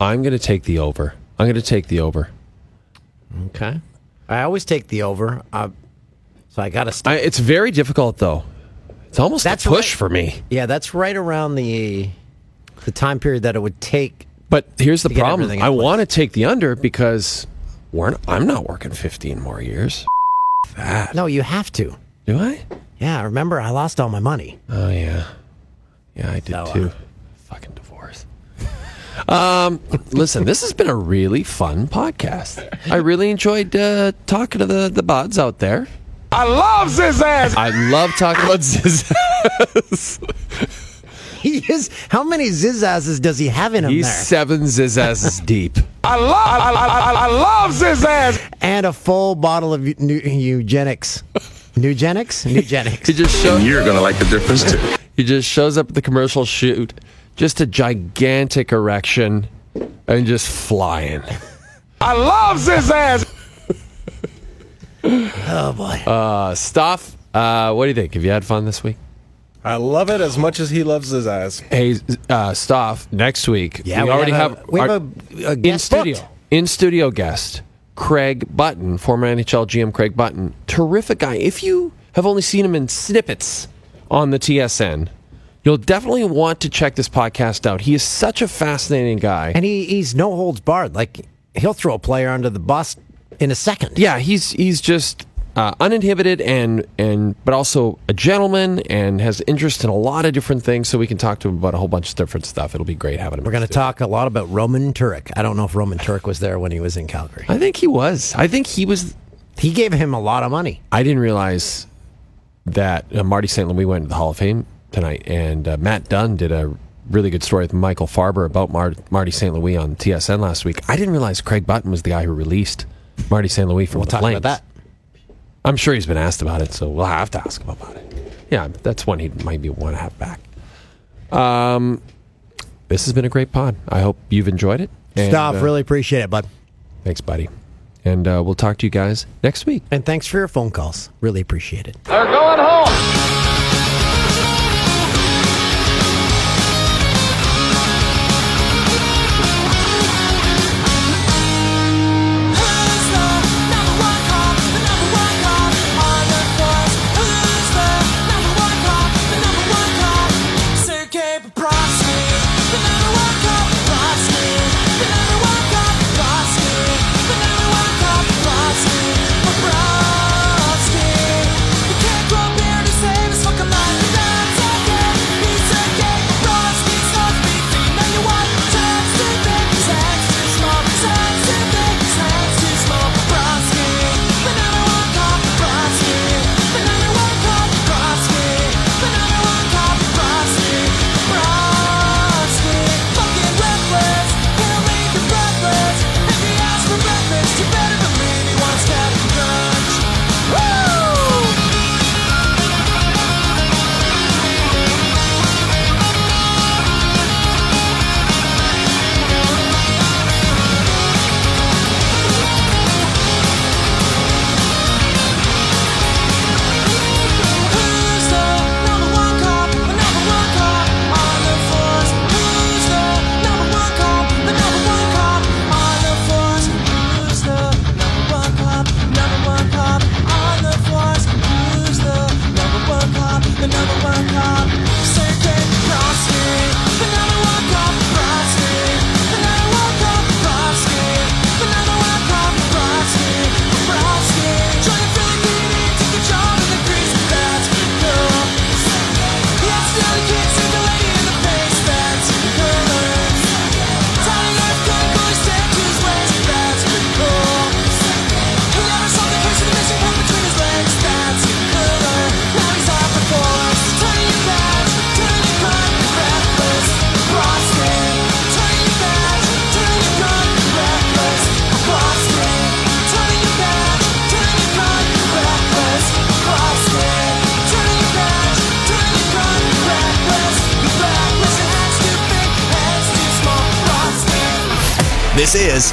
Speaker 4: I'm going to take the over. I'm going to take the over.
Speaker 2: Okay. I always take the over. Uh, so I got to stop.
Speaker 4: I, it's very difficult, though. It's almost
Speaker 2: That's
Speaker 4: a push
Speaker 2: right.
Speaker 4: for me.
Speaker 2: Yeah, that's right around the the time period that it would take.
Speaker 4: But here's the
Speaker 2: To get
Speaker 4: problem.
Speaker 2: everything in
Speaker 4: I
Speaker 2: place.
Speaker 4: want to take the under because we're not, I'm not working 15 more years. That.
Speaker 2: No, you have to.
Speaker 4: Do I?
Speaker 2: Yeah, remember I lost all my money.
Speaker 4: Oh, yeah. Yeah, I did
Speaker 2: So, uh,
Speaker 4: too. Fucking divorce. Um, listen, this has been a really fun podcast. I really enjoyed uh, talking to the, the buds out there.
Speaker 6: I love his ass.
Speaker 4: I love talking about Zizaz.
Speaker 2: He is. How many zizzasses does he have in him
Speaker 4: He's
Speaker 2: there?
Speaker 4: seven Zizaz's deep.
Speaker 6: I love I, I, I, I love his ass.
Speaker 2: and a full bottle of eu- nu- eugenics. Nugenics? Nugenics.
Speaker 4: He just shows.
Speaker 23: You're gonna like the difference too.
Speaker 4: He just shows up at the commercial shoot, just a gigantic erection, and just flying.
Speaker 6: I love his ass.
Speaker 2: Oh boy.
Speaker 4: Uh, stuff. Uh, what do you think? Have you had fun this week?
Speaker 24: I love it as much as he loves his ass.
Speaker 4: Hey, uh, Stoff, next week.
Speaker 2: yeah,
Speaker 4: we, already have,
Speaker 2: a, we
Speaker 4: our-
Speaker 2: have a, a
Speaker 4: in
Speaker 2: guest
Speaker 4: studio
Speaker 2: booked.
Speaker 4: in studio guest Craig Button, former NHL GM Craig Button, terrific guy. If you have only seen him in snippets on the TSN, you'll definitely want to check this podcast out. He is such a fascinating guy.
Speaker 2: And he, he's no holds barred. Like he'll throw a player under the bus in a second.
Speaker 4: yeah, he's he's just uh, uninhibited and and but also a gentleman and has interest in a lot of different things. So we can talk to him about a whole bunch of different stuff. It'll be great having him.
Speaker 2: We're going to talk a lot about Roman Turek. I don't know if Roman Turek was there when he was in Calgary.
Speaker 4: I think he was. I think he was.
Speaker 2: He gave him a lot of money.
Speaker 4: I didn't realize that uh, Marty St. Louis went to the Hall of Fame tonight, and uh, Matt Dunn did a really good story with Michael Farber about Mar- Marty St. Louis on TSN last week. I didn't realize Craig Button was the guy who released Marty St. Louis from
Speaker 2: We'll
Speaker 4: the
Speaker 2: talk
Speaker 4: Flames.
Speaker 2: about that.
Speaker 4: I'm sure he's been asked about it, so we'll have to ask him about it. Yeah, that's one he might be want to have back. Um, this has been a great pod. I hope you've enjoyed it. And,
Speaker 2: Stop.
Speaker 4: uh,
Speaker 2: really appreciate it, bud.
Speaker 4: Thanks, buddy. And uh, we'll talk to you guys next week.
Speaker 2: And thanks for your phone calls. Really appreciate it.
Speaker 6: They're going home.
Speaker 19: Can't go up there to say
Speaker 2: This is